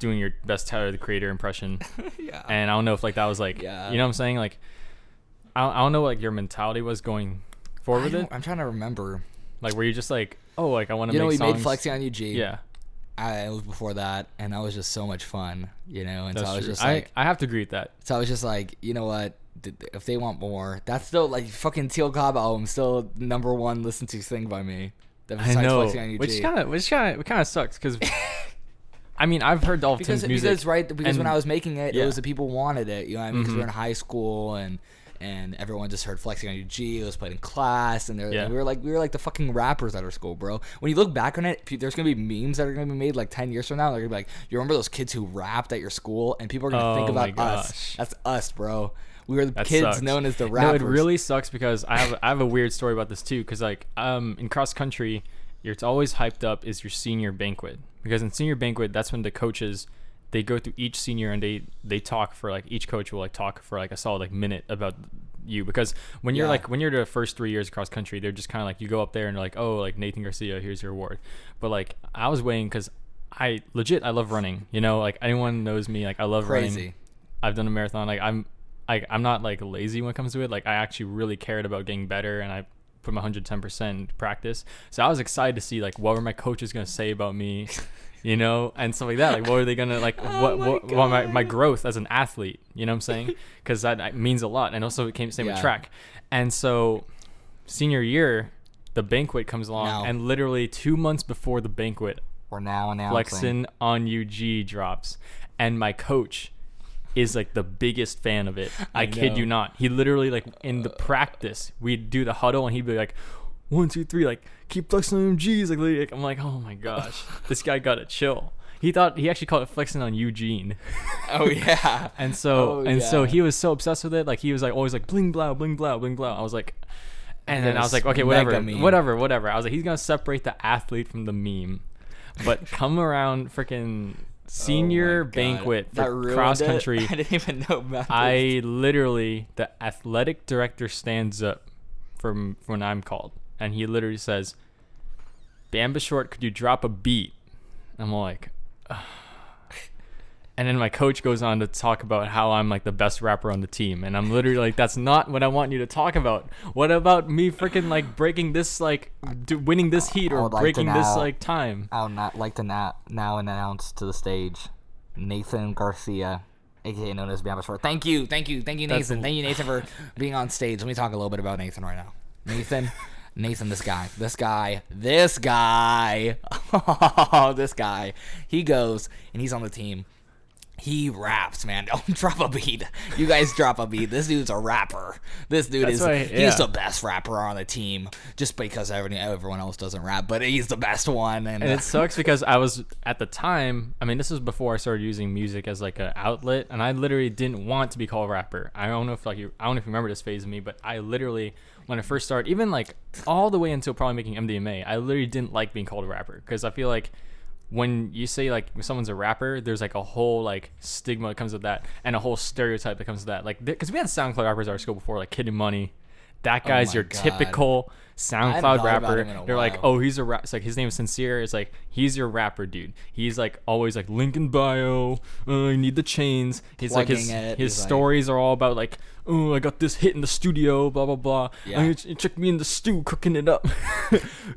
doing your best Tyler the Creator impression yeah. and I don't know if like that was like Yeah. you know what I'm saying like I don't, I don't know what, like your mentality was going forward I with it don't- I'm trying to remember. like were you just like oh like I want to You know, make we made songs Flexi on E. UG. yeah I it was before that, and that was just so much fun, you know. And that's so I was true. just I, like, I have to agree with that so I was just like, you know what? Th- th- If they want more, that's still like fucking Teal Cobb album, still number one listened to thing by me. That I besides know Flexi on E which UG. kind of which kind of kind of sucks because I mean I've heard all of because Tim's music because right because when and- I was making it, yeah. Mm-hmm. it was the people wanted it. You know what I mean? Because we were in high school and and everyone just heard flexing on UG. It was played in class, and, they're Yeah. we were like we were like the fucking rappers at our school, bro. When you look back on it, pe- there's gonna be memes that are gonna be made like ten years from now. They're gonna be like, you remember those kids who rapped at your school, and people are gonna think Oh my about us. gosh. That's us, bro. We were the That kids sucks. known as the rappers. No, it really sucks because I have I have a weird story about this too. Because like um in cross country, you're it's always hyped up is your senior banquet because in senior banquet that's when the coaches they go through each senior and they they talk for like each coach will like talk for like a solid like minute about you because when you're Yeah. like when you're the first three years cross country they're just kind of like you go up there and you're like oh like Nathan Garcia here's your award but like I was waiting because I legit I love running you know like anyone knows me like I love Crazy. running I've done a marathon. Like I'm, I, I'm not like lazy when it comes to it. Like I actually really cared about getting better, and I put my 110% practice. So I was excited to see like what were my coaches gonna say about me, you know, and stuff like that. Like what are they gonna like what Oh my what, what my, God. my growth as an athlete? You know what I'm saying? Because that, that means a lot. And also it came same Yeah. with track. And so senior year, the banquet comes along, Now. and literally two months before the banquet, We're now announcing. Flexin on UG drops, and my coach is like the biggest fan of it. I, I kid know. Uh. you not. He literally like in the practice, we'd do the huddle, and he'd be like, one, two, three, like keep flexing on UGs. Like, like I'm like, oh my gosh, this guy got a chill. He thought he actually called it flexing on Eugene. Oh yeah. And so Oh, and so yeah. he was so obsessed with it, like he was like always like bling blah bling blah bling blah. I was like, and then I was Yes, like, okay, whatever, mega meme. whatever, whatever. I was like, he's gonna separate the athlete from the meme, but come around freaking senior Oh, my God. banquet That for ruined cross it. country. I didn't even know about this. I literally the athletic director stands up from from when I'm called, and he literally says, "Bamba Short, could you drop a beat?" I'm like, And then my coach goes on to talk about how I'm like the best rapper on the team, and I'm literally like, that's not what I want you to talk about. What about me freaking like breaking this like, d- winning this heat I or would like to breaking this now- like time? I would not like to now, now announce to the stage Nathan Garcia, aka known as Beyond Short. Thank you, thank you, thank you, That's- Nathan. Thank you, Nathan, for being on stage. Let me talk a little bit about Nathan right now. Nathan, Nathan, this guy, this guy, this guy, this guy. He goes and he's on the team. He raps, man. Don't drop a beat. You guys drop a beat. This dude's a rapper. This dude is That's why- he's yeah. the best rapper on the team. Just because everyone everyone else doesn't rap, but he's the best one. And, And it sucks because I was at the time. I mean, this was before I started using music as like an outlet, and I literally didn't want to be called rapper. I don't know if like you, I don't know if you remember this phase of me, but I literally when I first started, even like all the way until probably making MDMA, I literally didn't like being called a rapper because I feel like when you say like when someone's a rapper, there's like a whole like stigma that comes with that, and a whole stereotype that comes with that. Like because we had SoundCloud rappers at our school before, like Kid and Money. That guy's Oh my your God. typical thought SoundCloud about rapper. him in a They're like, while. oh oh, he's a rap. It's like his name is Sincere. It's like he's your rapper, dude. He's like always like Lincoln bio. Uh, I need the chains. He's like his Plugging it. his He's like- stories are all about like, oh, I got this hit in the studio, blah blah blah. "Oh, Yeah. Yeah. check me in the stew, cooking it up.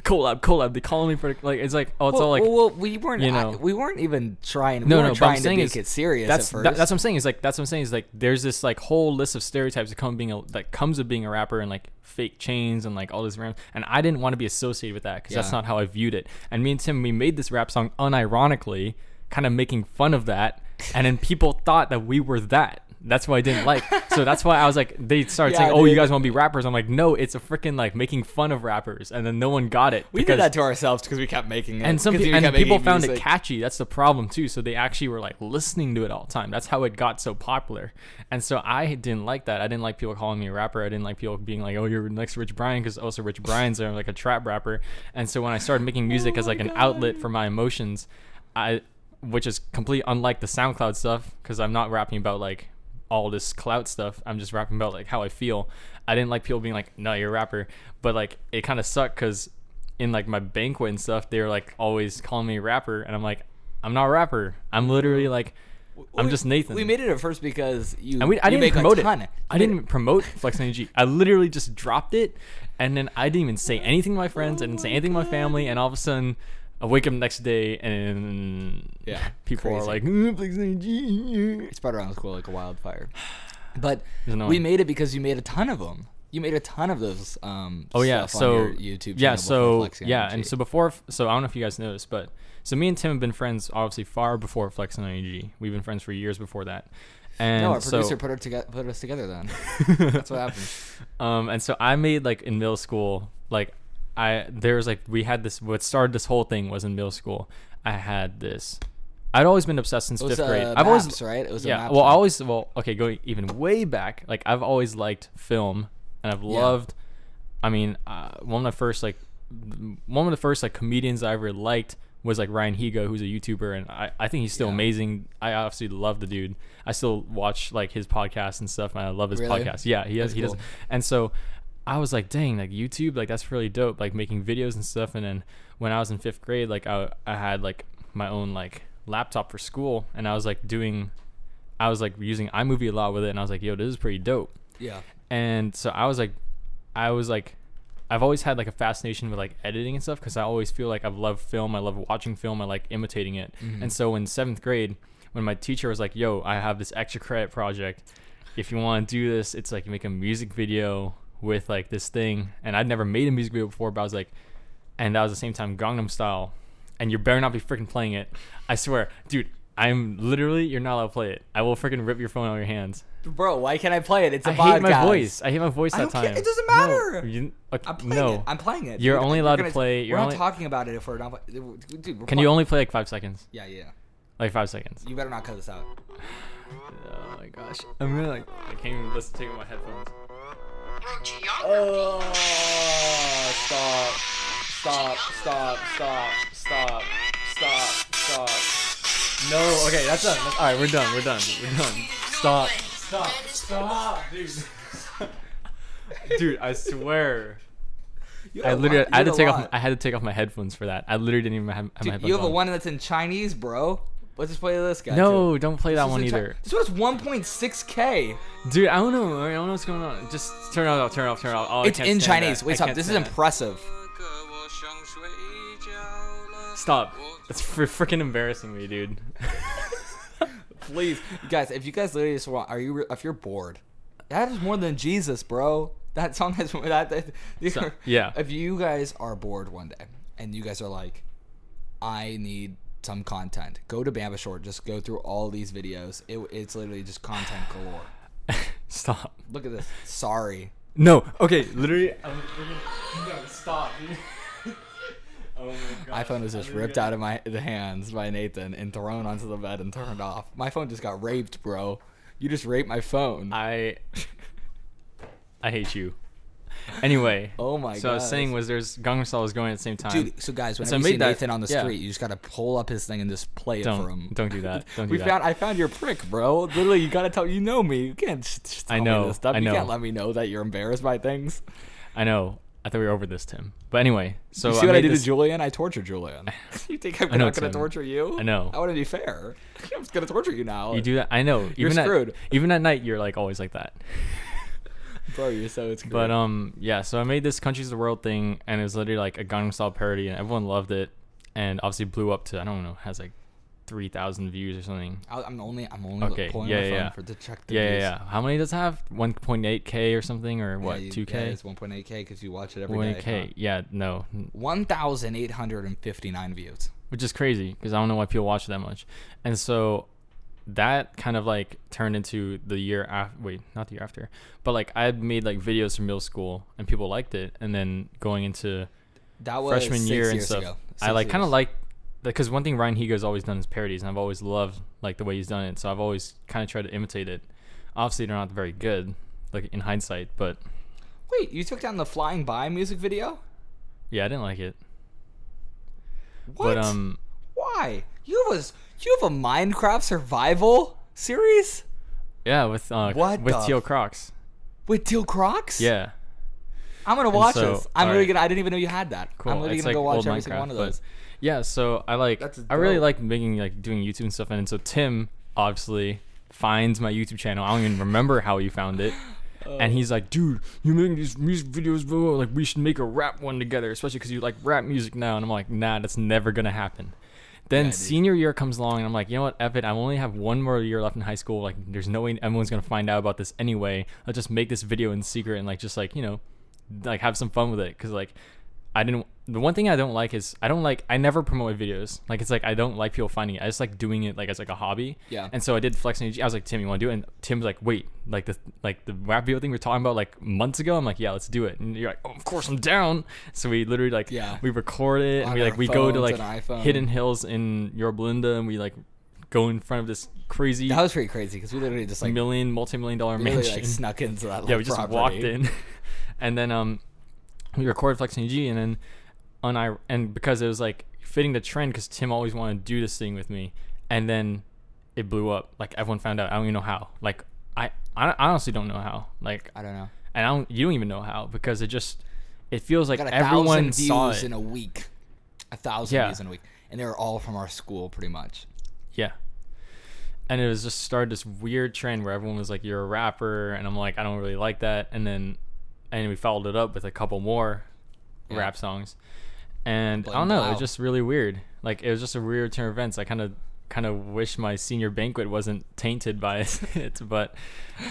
collab, collab. They calling me for like it's like oh, it's all like well, well, we weren't you I- know. we weren't even trying. We no, weren't no. But I'm trying to saying make is it serious That's at first. that- that's what I'm saying. Is like that's what I'm saying. Is like there's this like whole list of stereotypes that come being a, that comes with being a rapper and like fake chains and like all this rap. And I didn't want to be associated with that because that's Yeah. not how I viewed it. And me and Tim we made this rap song unironically, kind of making fun of that. And then people thought that we were that. That's what I didn't like. So that's why I was like, they started Yeah, saying, "Oh, you dude. guys want to be rappers?" I'm like, "No, it's a freaking like making fun of rappers." And then no one got it. we because- did that to ourselves because we kept making it. and some 'cause we people, and kept people making found it music. catchy. That's the problem too. So they actually were like listening to it all the time. That's how it got so popular. And so I didn't like that. I didn't like people calling me a rapper. I didn't like people being like, "Oh, you're next Rich Brian," because also Rich Brian's are like a trap rapper. And so when I started making Oh music as like an outlet for my emotions, I, which is complete unlike the SoundCloud stuff, because I'm not rapping about like all this clout stuff. I'm just rapping about like how I feel. I didn't like people being like, "No, you're a rapper," but like it kind of sucked because in like my banquet and stuff, they were like always calling me rapper, and I'm like, I'm not a rapper. I'm literally like, I'm We- just Nathan. We made it at first because you. and we, I you didn't make promote a it. ton. I didn't promote Flex Energy. I literally just dropped it, and then I didn't even say anything to my friends. I didn't say anything to my family, and all of a sudden. I wake up next day and Yeah, people are crazy. like, "Mm, Flex Energy." It spread around the school like a wildfire. But It's annoying. we made it because you made a ton of them. You made a ton of those. Um, Oh yeah, stuff so on your YouTube. channel before yeah, so Flexing yeah, Energy. and so before, so I don't know if you guys noticed, but so me and Tim have been friends obviously far before Flex and IEG. We've been friends for years before that, and no, our so, producer put, her toge- put us together then. That's what happened. um, and so I made like in middle school, like I there was like we had this. What started this whole thing was in middle school. I had this. I'd always been obsessed since It was fifth grade. uh, I've always maps, right? It was a yeah. maps Well, I one. always well okay. Going even way back, like I've always liked film, and I've loved. I mean, uh, one of the first like m- one of the first like comedians I ever liked was like Ryan Higa, who's a YouTuber, and I, I think he's still Yeah. amazing. I obviously love the dude. I still watch like his podcast and stuff, and I love his Really? podcast. Yeah, he has That's he does, cool. and so. I was like, dang, like YouTube, like that's really dope, like making videos and stuff. And then when I was in fifth grade, like I, I had like my own like laptop for school, and I was like doing I was like using iMovie a lot with it, and I was like, "Yo, this is pretty dope." Yeah. And so I was like, I was like, I've always had like a fascination with like editing and stuff because I always feel like I've loved film, I love watching film, I like imitating it. And so in seventh grade, when my teacher was like, "Yo, I have this extra credit project. If you want to do this, it's like you make a music video with like this thing." And I'd never made a music video before, but I was like, and that was the same time Gangnam Style, and you better not be freaking playing it. I swear, dude. I'm literally, you're not allowed to play it. I will freaking rip your phone out of your hands. Bro, why can't I play it? It's a I podcast. hate my voice. I hate my voice I that don't care. time. It doesn't No, matter. you- okay, I'm playing no. it. I'm playing it. You're We're- only we're allowed to gonna- play- you're we're not only- talking about it if we're not. Dude, we're Can you playing- only play like five seconds? Yeah, yeah. Like five seconds. You better not cut this out. Oh my gosh. I'm gonna like. I can't even listen to it with my headphones. Bro, geography. Oh, stop. Stop, stop, stop, stop, stop, stop. No. Okay. That's done. All right. We're done. We're done. We're done. Stop. Stop. Stop, dude. dude, I swear. You I have a literally. lot- I had you to take a off. lot. I had to take off my headphones for that. I literally didn't even have, have my Dude, headphones you have a on. one that's in Chinese, bro. What's this playlist, guy? No, don't play that This one is a either. chi- This was 1.6k. Dude, I don't know. I don't know what's going on. Just turn it off, turn it off, turn it off. Oh, I it's can't in stand Chinese. that. I Wait, stop. can't This is stand that. impressive. Stop. That's fr- freaking embarrassing me, dude. Please, guys, if you guys literally just want, are you re- if you're bored, that is more than Jesus, bro. That song has that. that So- yeah. If you guys are bored one day and you guys are like, I need some content, go to Bamba Short. Just go through all these videos. It, it's literally just content galore. Stop. Look at this. Sorry. No. Okay. Literally. I'm freaking, no. Stop. dude. oh my god. iPhone was just ripped out of my the hands by Nathan and thrown onto the bed and turned off. My phone just got raped, bro. You just raped my phone. I. I hate you. Anyway. Oh my So I was gosh. saying was there's Gangnam Style was going at the same time. Dude, so guys, whenever So I you made see that- Nathan on the yeah. street, you just gotta pull up his thing and just play it for him. don't don't do that. Don't do we that. found I found your prick, bro. Literally, you gotta tell you know me. You can't just, just tell I know, me this stuff. I You know. can't let me know that you're embarrassed by things. I know. I thought we were over this, Tim. But anyway, so You see what I made did this, to Julian? I torture Julian. you think I'm I know, not gonna Tim. torture you? I know. That wouldn't be fair. I'm just gonna torture you now. You do that. I know. Even You're screwed. At, even at night, you're like always like that. bro. You're so it's. But um, yeah. So I made this "Countries of the World" thing, and it was literally like a Gangnam Style parody, and everyone loved it, and obviously blew up to I don't know, has like three thousand views or something. I- I'm only I'm only Okay, pulling yeah, my phone yeah. for to check the Yeah, yeah, views. yeah. How many does it have? One point eight k or something, or Yeah, what? you- Two yeah, k. it's 1.8k because you watch it every One day. k. Yeah, no, n- 1,859 views. which is crazy because I don't know why people watch it that much, and so that kind of like turned into the year after. Wait, not the year after, but like I had made like videos from middle school, and people liked it, and then going into That was freshman six year and years stuff. ago. I Six like kind of years. like because one thing Ryan Higo's always done is parodies, and I've always loved like the way he's done it. So I've always kind of tried to imitate it. Obviously, they're not very good, like in hindsight, but Wait, you took down the Flying By music video? yeah, I didn't like it. What? But um, Why? You have a s- you have a Minecraft survival series yeah, with uh, What with the Teal f- Crocs, with Teal Crocs? yeah. I'm gonna watch so- this. I'm really alright. gonna. I didn't even know you had that. cool. I'm literally it's gonna go like watch old every single Minecraft, one of but- those. yeah, so I like That's I really dope. like making like doing YouTube and stuff, and so Tim obviously finds my YouTube channel. I don't even remember how he found it. And Oh. he's like, dude, you're making these music videos, bro. Like, we should make a rap one together, especially because you like rap music now. And I'm like, nah, that's never gonna happen. Then Yeah, dude. senior year comes along, and I'm like, you know what, Ev it, I only have one more year left in high school. Like, there's no way everyone's gonna find out about this anyway. Let's just make this video in secret and like, just like, you know, like have some fun with it. Cause like, I didn't. The one thing I don't like is I don't like. I never promote videos. Like it's like I don't like people finding it. I just like doing it like as like a hobby. Yeah. And so I did flex energy. I was like, Tim, you want to do it? And Tim's like, wait, like the like the rap video thing we were talking about like months ago. I'm like, yeah, let's do it. And you're like, oh, of course I'm down. So we literally like Yeah. we record it and On we like our we go to phones like and iPhone. hidden hills in Yorba Linda and we like go in front of this crazy That was pretty crazy because we literally just like million multi million dollar really mansion. like snuck into that. Yeah, little we just property. walked in, and then um, we recorded Flex and G, and then on I and because it was like fitting the trend, because Tim always wanted to do this thing with me, and then it blew up. Like everyone found out. I don't even know how. Like I, I honestly don't know how. Like I don't know. and I don't. You don't even know how because it just. It feels like got a everyone thousand views saw it. in a week. A thousand Yeah. views in a week, and they were all from our school, pretty much. Yeah. And it was just started this weird trend where everyone was like, "You're a rapper," and I'm like, "I don't really like that." And then, and we followed it up with a couple more Yeah. rap songs, and I Blame don't know, it Blau. was just really weird. Like it was just a weird turn of events. I kind of, kind of wish my senior banquet wasn't tainted by it, but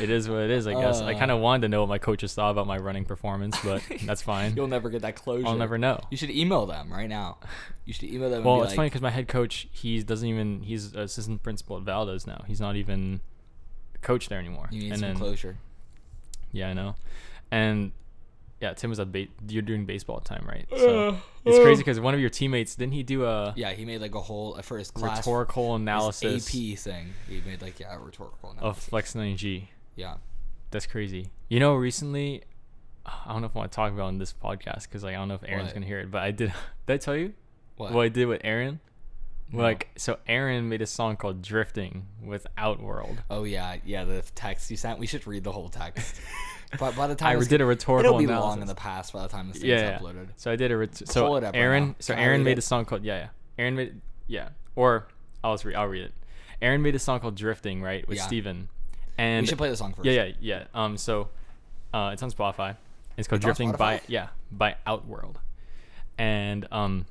it is what it is, I guess. I Uh. kind of wanted to know what my coaches thought about my running performance, but that's fine. You'll never get that closure. I'll never know. You should email them right now. You should email them. Well, and be it's funny like, because my head coach, he doesn't even. He's assistant principal at Valdo's now. He's not even coach there anymore. You need and some then, closure. Yeah, I know. And yeah, Tim was at. Ba- you're doing baseball time, right? So it's crazy because one of your teammates didn't he do a Yeah, he made like a whole a first class rhetorical his analysis AP thing. He made like yeah, a rhetorical of analysis. Flex 9G? yeah. That's crazy. You know, recently, I don't know if I want to talk about it on this podcast because like I don't know if Aaron's What? gonna hear it, but I did. Did I tell you? What? what I did with Aaron. No. Like so, Aaron made a song called "Drifting" with Outworld. Oh yeah, yeah. The text you sent. We should read the whole text. but by the time I this- did a it'll rhetorical be analysis. long in the past. By the time this thing yeah, yeah. is uploaded. So I did a ret- so Pull it up right Aaron. now. so Can I Aaron read made it? a song called yeah yeah. Aaron made yeah or I'll just read. I'll read it. Aaron made a song called "Drifting," right, with Yeah. Steven. We And should play the song first. yeah, yeah, yeah. Um, so uh, it's on Spotify. It's called It's on Drifting by Spotify? yeah by Outworld, and um,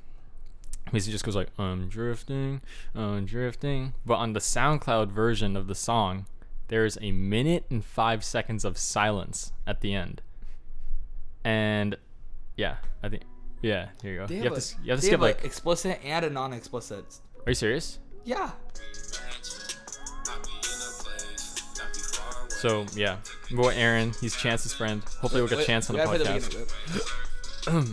basically just goes like I'm drifting, I'm drifting. But on the SoundCloud version of the song, there is a minute and five seconds of silence at the end, and yeah, I think yeah. Here you go. They you have have a- to s- you have they to skip a like. explicit and a non-explicit. Are you serious? Yeah. So yeah, boy Aaron, he's Chance's friend. Hopefully we'll get Wait, Chance on we the gotta play podcast. beginning.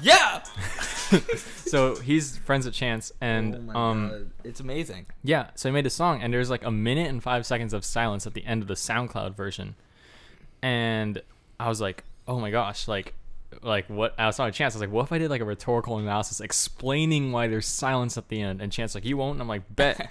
Yeah. so he's friends with Chance, and Oh my um, God. It's amazing. yeah, so he made a song, and there's like a minute and five seconds of silence at the end of the SoundCloud version, and I was like, oh my gosh, like, like what? I saw a chance. I was like, what if I did like a rhetorical analysis explaining why there's silence at the end? And Chance like, you won't. And I'm like, bet.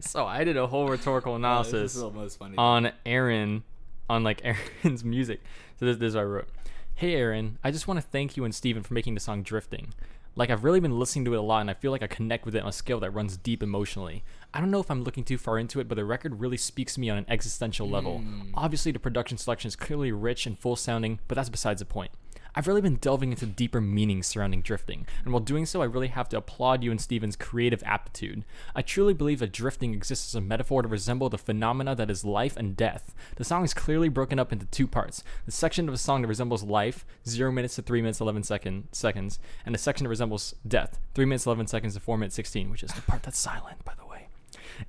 so I did a whole rhetorical Oh, This analysis Um, is almost funny. on Aaron, on like Aaron's music. So this, this is what I wrote. Hey Aaron, I just want to thank you and Steven for making the song Drifting. Like I've really been listening to it a lot and I feel like I connect with it on a scale that runs deep emotionally. I don't know if I'm looking too far into it, but the record really speaks to me on an existential level. Obviously the production selection is clearly rich and full sounding, but that's besides the point. I've really been delving into deeper meanings surrounding drifting, and while doing so, I really have to applaud you and Steven's creative aptitude. I truly believe that drifting exists as a metaphor to resemble the phenomena that is life and death. The song is clearly broken up into two parts the section of a song that resembles life, 0 minutes to 3 minutes 11 second, seconds, and the section that resembles death, 3 minutes 11 seconds to 4 minutes 16, which is the part that's silent, by the way.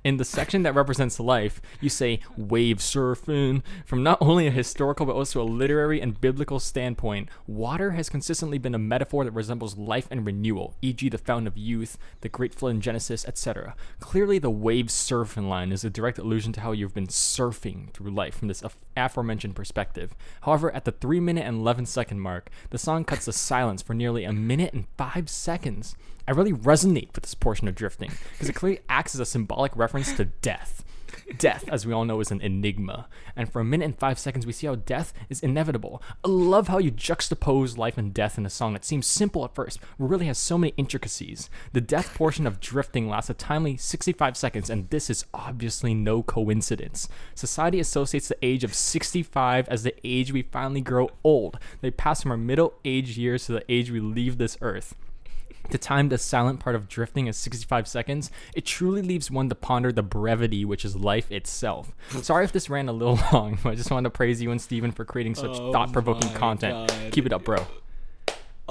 In the section that represents life, you say wave surfing. From not only a historical but also a literary and biblical standpoint, water has consistently been a metaphor that resembles life and renewal, e.g., the fountain of youth, the great flood in Genesis, etc. Clearly, the wave surfing line is a direct allusion to how you've been surfing through life from this af- aforementioned perspective. However, at the 3 minute and 11 second mark, the song cuts the silence for nearly a minute and 5 seconds. I really resonate with this portion of drifting because it clearly acts as a symbolic reference to death. Death, as we all know, is an enigma. And for a minute and five seconds, we see how death is inevitable. I love how you juxtapose life and death in a song that seems simple at first, but really has so many intricacies. The death portion of Drifting lasts a timely 65 seconds, and this is obviously no coincidence. Society associates the age of 65 as the age we finally grow old. They pass from our middle age years to the age we leave this earth. To time the silent part of drifting is 65 seconds, it truly leaves one to ponder the brevity which is life itself. Sorry if this ran a little long, but I just wanted to praise you and Steven for creating such Oh thought provoking my content. God. Keep it up, bro.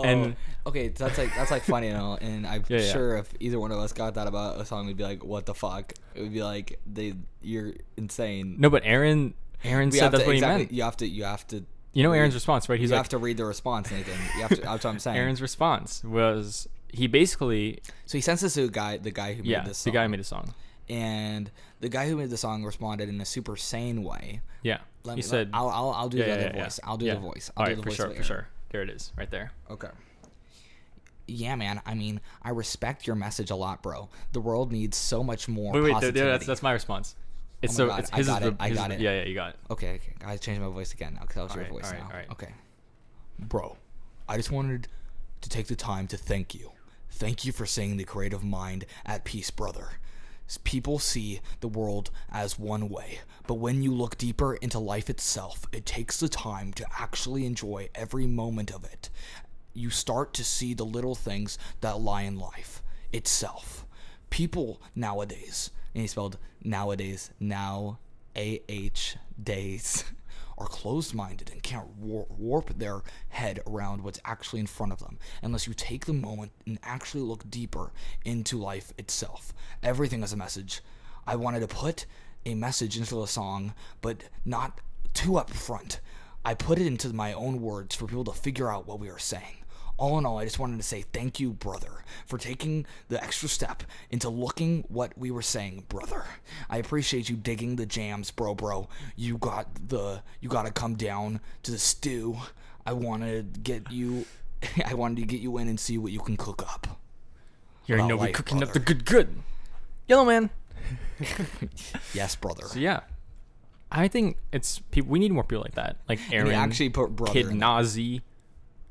And Oh, okay, so that's like that's like funny and all, and I'm yeah. sure if either one of us got that about a song, we'd be like, "What the fuck?" It would be like, "They, you're insane." no, but Aaron Aaron we said have that's to, what exactly, he meant. You have to, you have to, You know Aaron's response, right? He's you like have to read the response, Nathan. You have to. That's what I'm saying. Aaron's response was he basically so he sends this to the guy, the guy who yeah, made this the song, guy who made a song. and the guy who made the song responded in a super sane way. Yeah. Let he me, said I'll, I'll, I'll do yeah, the yeah, other yeah, yeah. voice. I'll do Yeah. the voice. I'll All do right, the for voice sure, of for Aaron. sure. There it is, right there. Okay. Yeah, man. I mean, I respect your message a lot, bro. The world needs so much more. Wait, wait, there- positivity. Oh there- that's that's my response. It's my so God, it's, I his got is it, the, I his is got the- it. yeah, yeah, you got it. Okay, okay. I changed my voice again now because that was your Alright, voice alright, now. alright. Okay. Bro, I just wanted to take the time to thank you. Thank you for saying the creative mind at peace, brother. S- People see the world as one way, but when you look deeper into life itself, it takes the time to actually enjoy every moment of it. You start to see the little things that lie in life itself. People nowadays, and he spelled nowadays, now, A H days, are closed minded and can't war- warp their head around what's actually in front of them unless you take the moment and actually look deeper into life itself. Everything is a message. I wanted to put a message into the song, but not too up front. I put it into my own words for people to figure out what we are saying. All in all, I just wanted to say thank you, brother, for taking the extra step into looking what we were saying, brother. I appreciate you digging the jams, bro, bro. You got the you got to come down to the stew. I want to get you I wanted to get you in and see what you can cook up. You already about know we're life, cooking up the brother. good, good. Yellow man. Yes, brother. Yeah. I think it's people. We need more people like that, like And Aaron, he actually put brother. Kid in there. Nazi.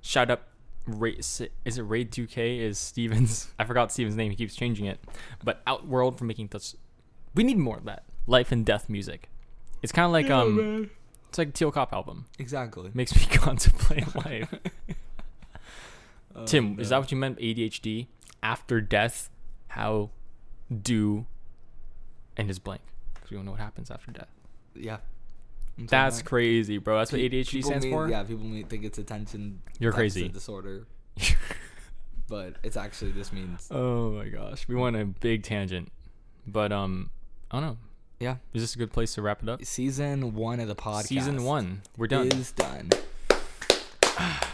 Shout up, Ray. Is it Ray Two K? Is Stevens? I forgot Stevens' name. He keeps changing it. But Outworld for making touch. We need more of that life and death music. It's kind of like um, it's like Teal Cop album. Exactly. Makes me contemplate life. Oh, Tim, is that what you meant? ADHD after death? How do and is blank because we don't know what happens after death. Yeah. I'm sorry, That's Mike. crazy, bro. That's what Pe- ADHD people stands mean- for. Yeah, people mean, think it's attention. You're deficit crazy. disorder, but it's actually this means. oh my gosh, we went on a big tangent, but um, I don't know. Yeah, Is this a good place to wrap it up? season one of the podcast. Season one, we're done. is done.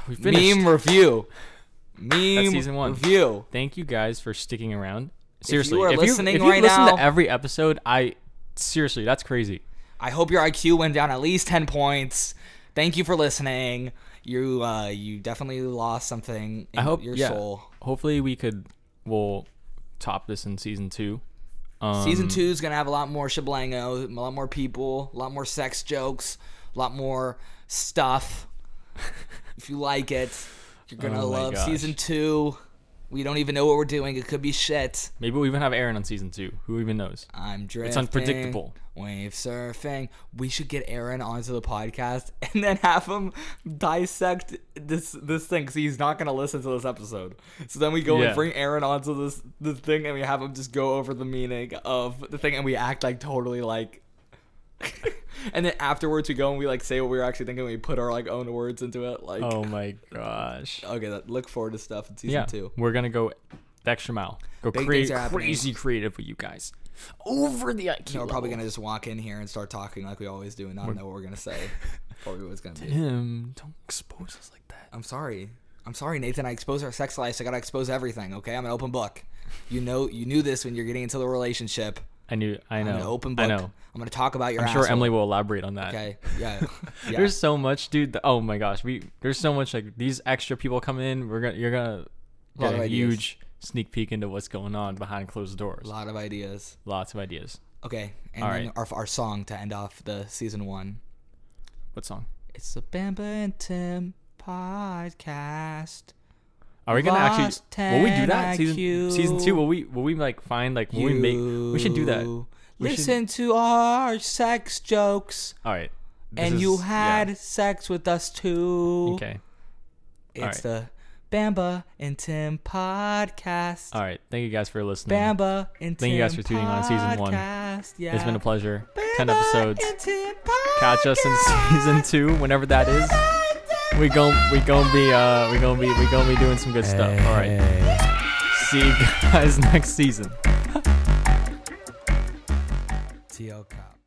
we finished. Meme review. Meme season one. review. Thank you guys for sticking around. Seriously, are listening right listen now- to every episode, I seriously, that's crazy. I hope your IQ went down at least ten points. Thank you for listening. You uh, you definitely lost something. In I hope your yeah. soul. Hopefully, we could we'll top this in season two. Um, Season two is gonna have a lot more sheblango, a lot more people, a lot more sex jokes, a lot more stuff. if you like it, you're gonna Oh my love gosh. season two. We don't even know what we're doing. It could be shit. Maybe we'll even have Aaron on season two. Who even knows? I'm drifting. unpredictable. Wave surfing. We should get Aaron onto the podcast and then have him dissect this this thing because he's not gonna listen to this episode. So then we go Yeah. and bring Aaron onto this this thing and we have him just go over the meaning of the thing and we act like totally like. and then afterwards we go and we like say what we were actually thinking. and We put our like own words into it. Like Oh my gosh. okay, that, look forward to stuff in season Yeah, two. we're gonna go the extra mile. Go Big crea- things are happening. crazy creative with you guys. Over the IQ. So we're probably gonna level. just walk in here and start talking like we always do and not know what we're gonna say or what it's gonna be. Tim, don't expose us like that. I'm sorry. I'm sorry, Nathan. I expose our sex lives. I gotta expose everything. Okay, I'm an open book. You know, you knew this when you're getting into the relationship. I knew. I know. I'm an open book. I know. am gonna talk about your. I'm sure asshole, Emily will elaborate on that. Okay. Yeah. yeah. There's so much, dude. that- oh my gosh, we there's so much like these extra people come in. We're gonna you're gonna Lot get of a ideas. huge sneak peek into what's going on behind closed doors. a lot of ideas. Lots of ideas. Okay, and All then right. our, our song to end off the season one. What song? It's the Bamba and Tim podcast. Are we gonna Lost actually? Will we do 10 that season IQ. season two? Will we will we like find like will we make? We should do that. You We should- Listen to our sex jokes, All right. This and is- you yeah. had sex with us too. okay. It's All the Bamba and Tim podcast. All right. Thank you guys for listening. Bamba and Tim Thank you guys for tuning in on season one. podcast. Yeah. It's been a pleasure. Ten Bamba episodes. and Tim Catch us in season two, whenever that is. We gon' we gon' be uh we gon' be we gon' be doing some good stuff. All right. See you guys next season. T.O. Cop.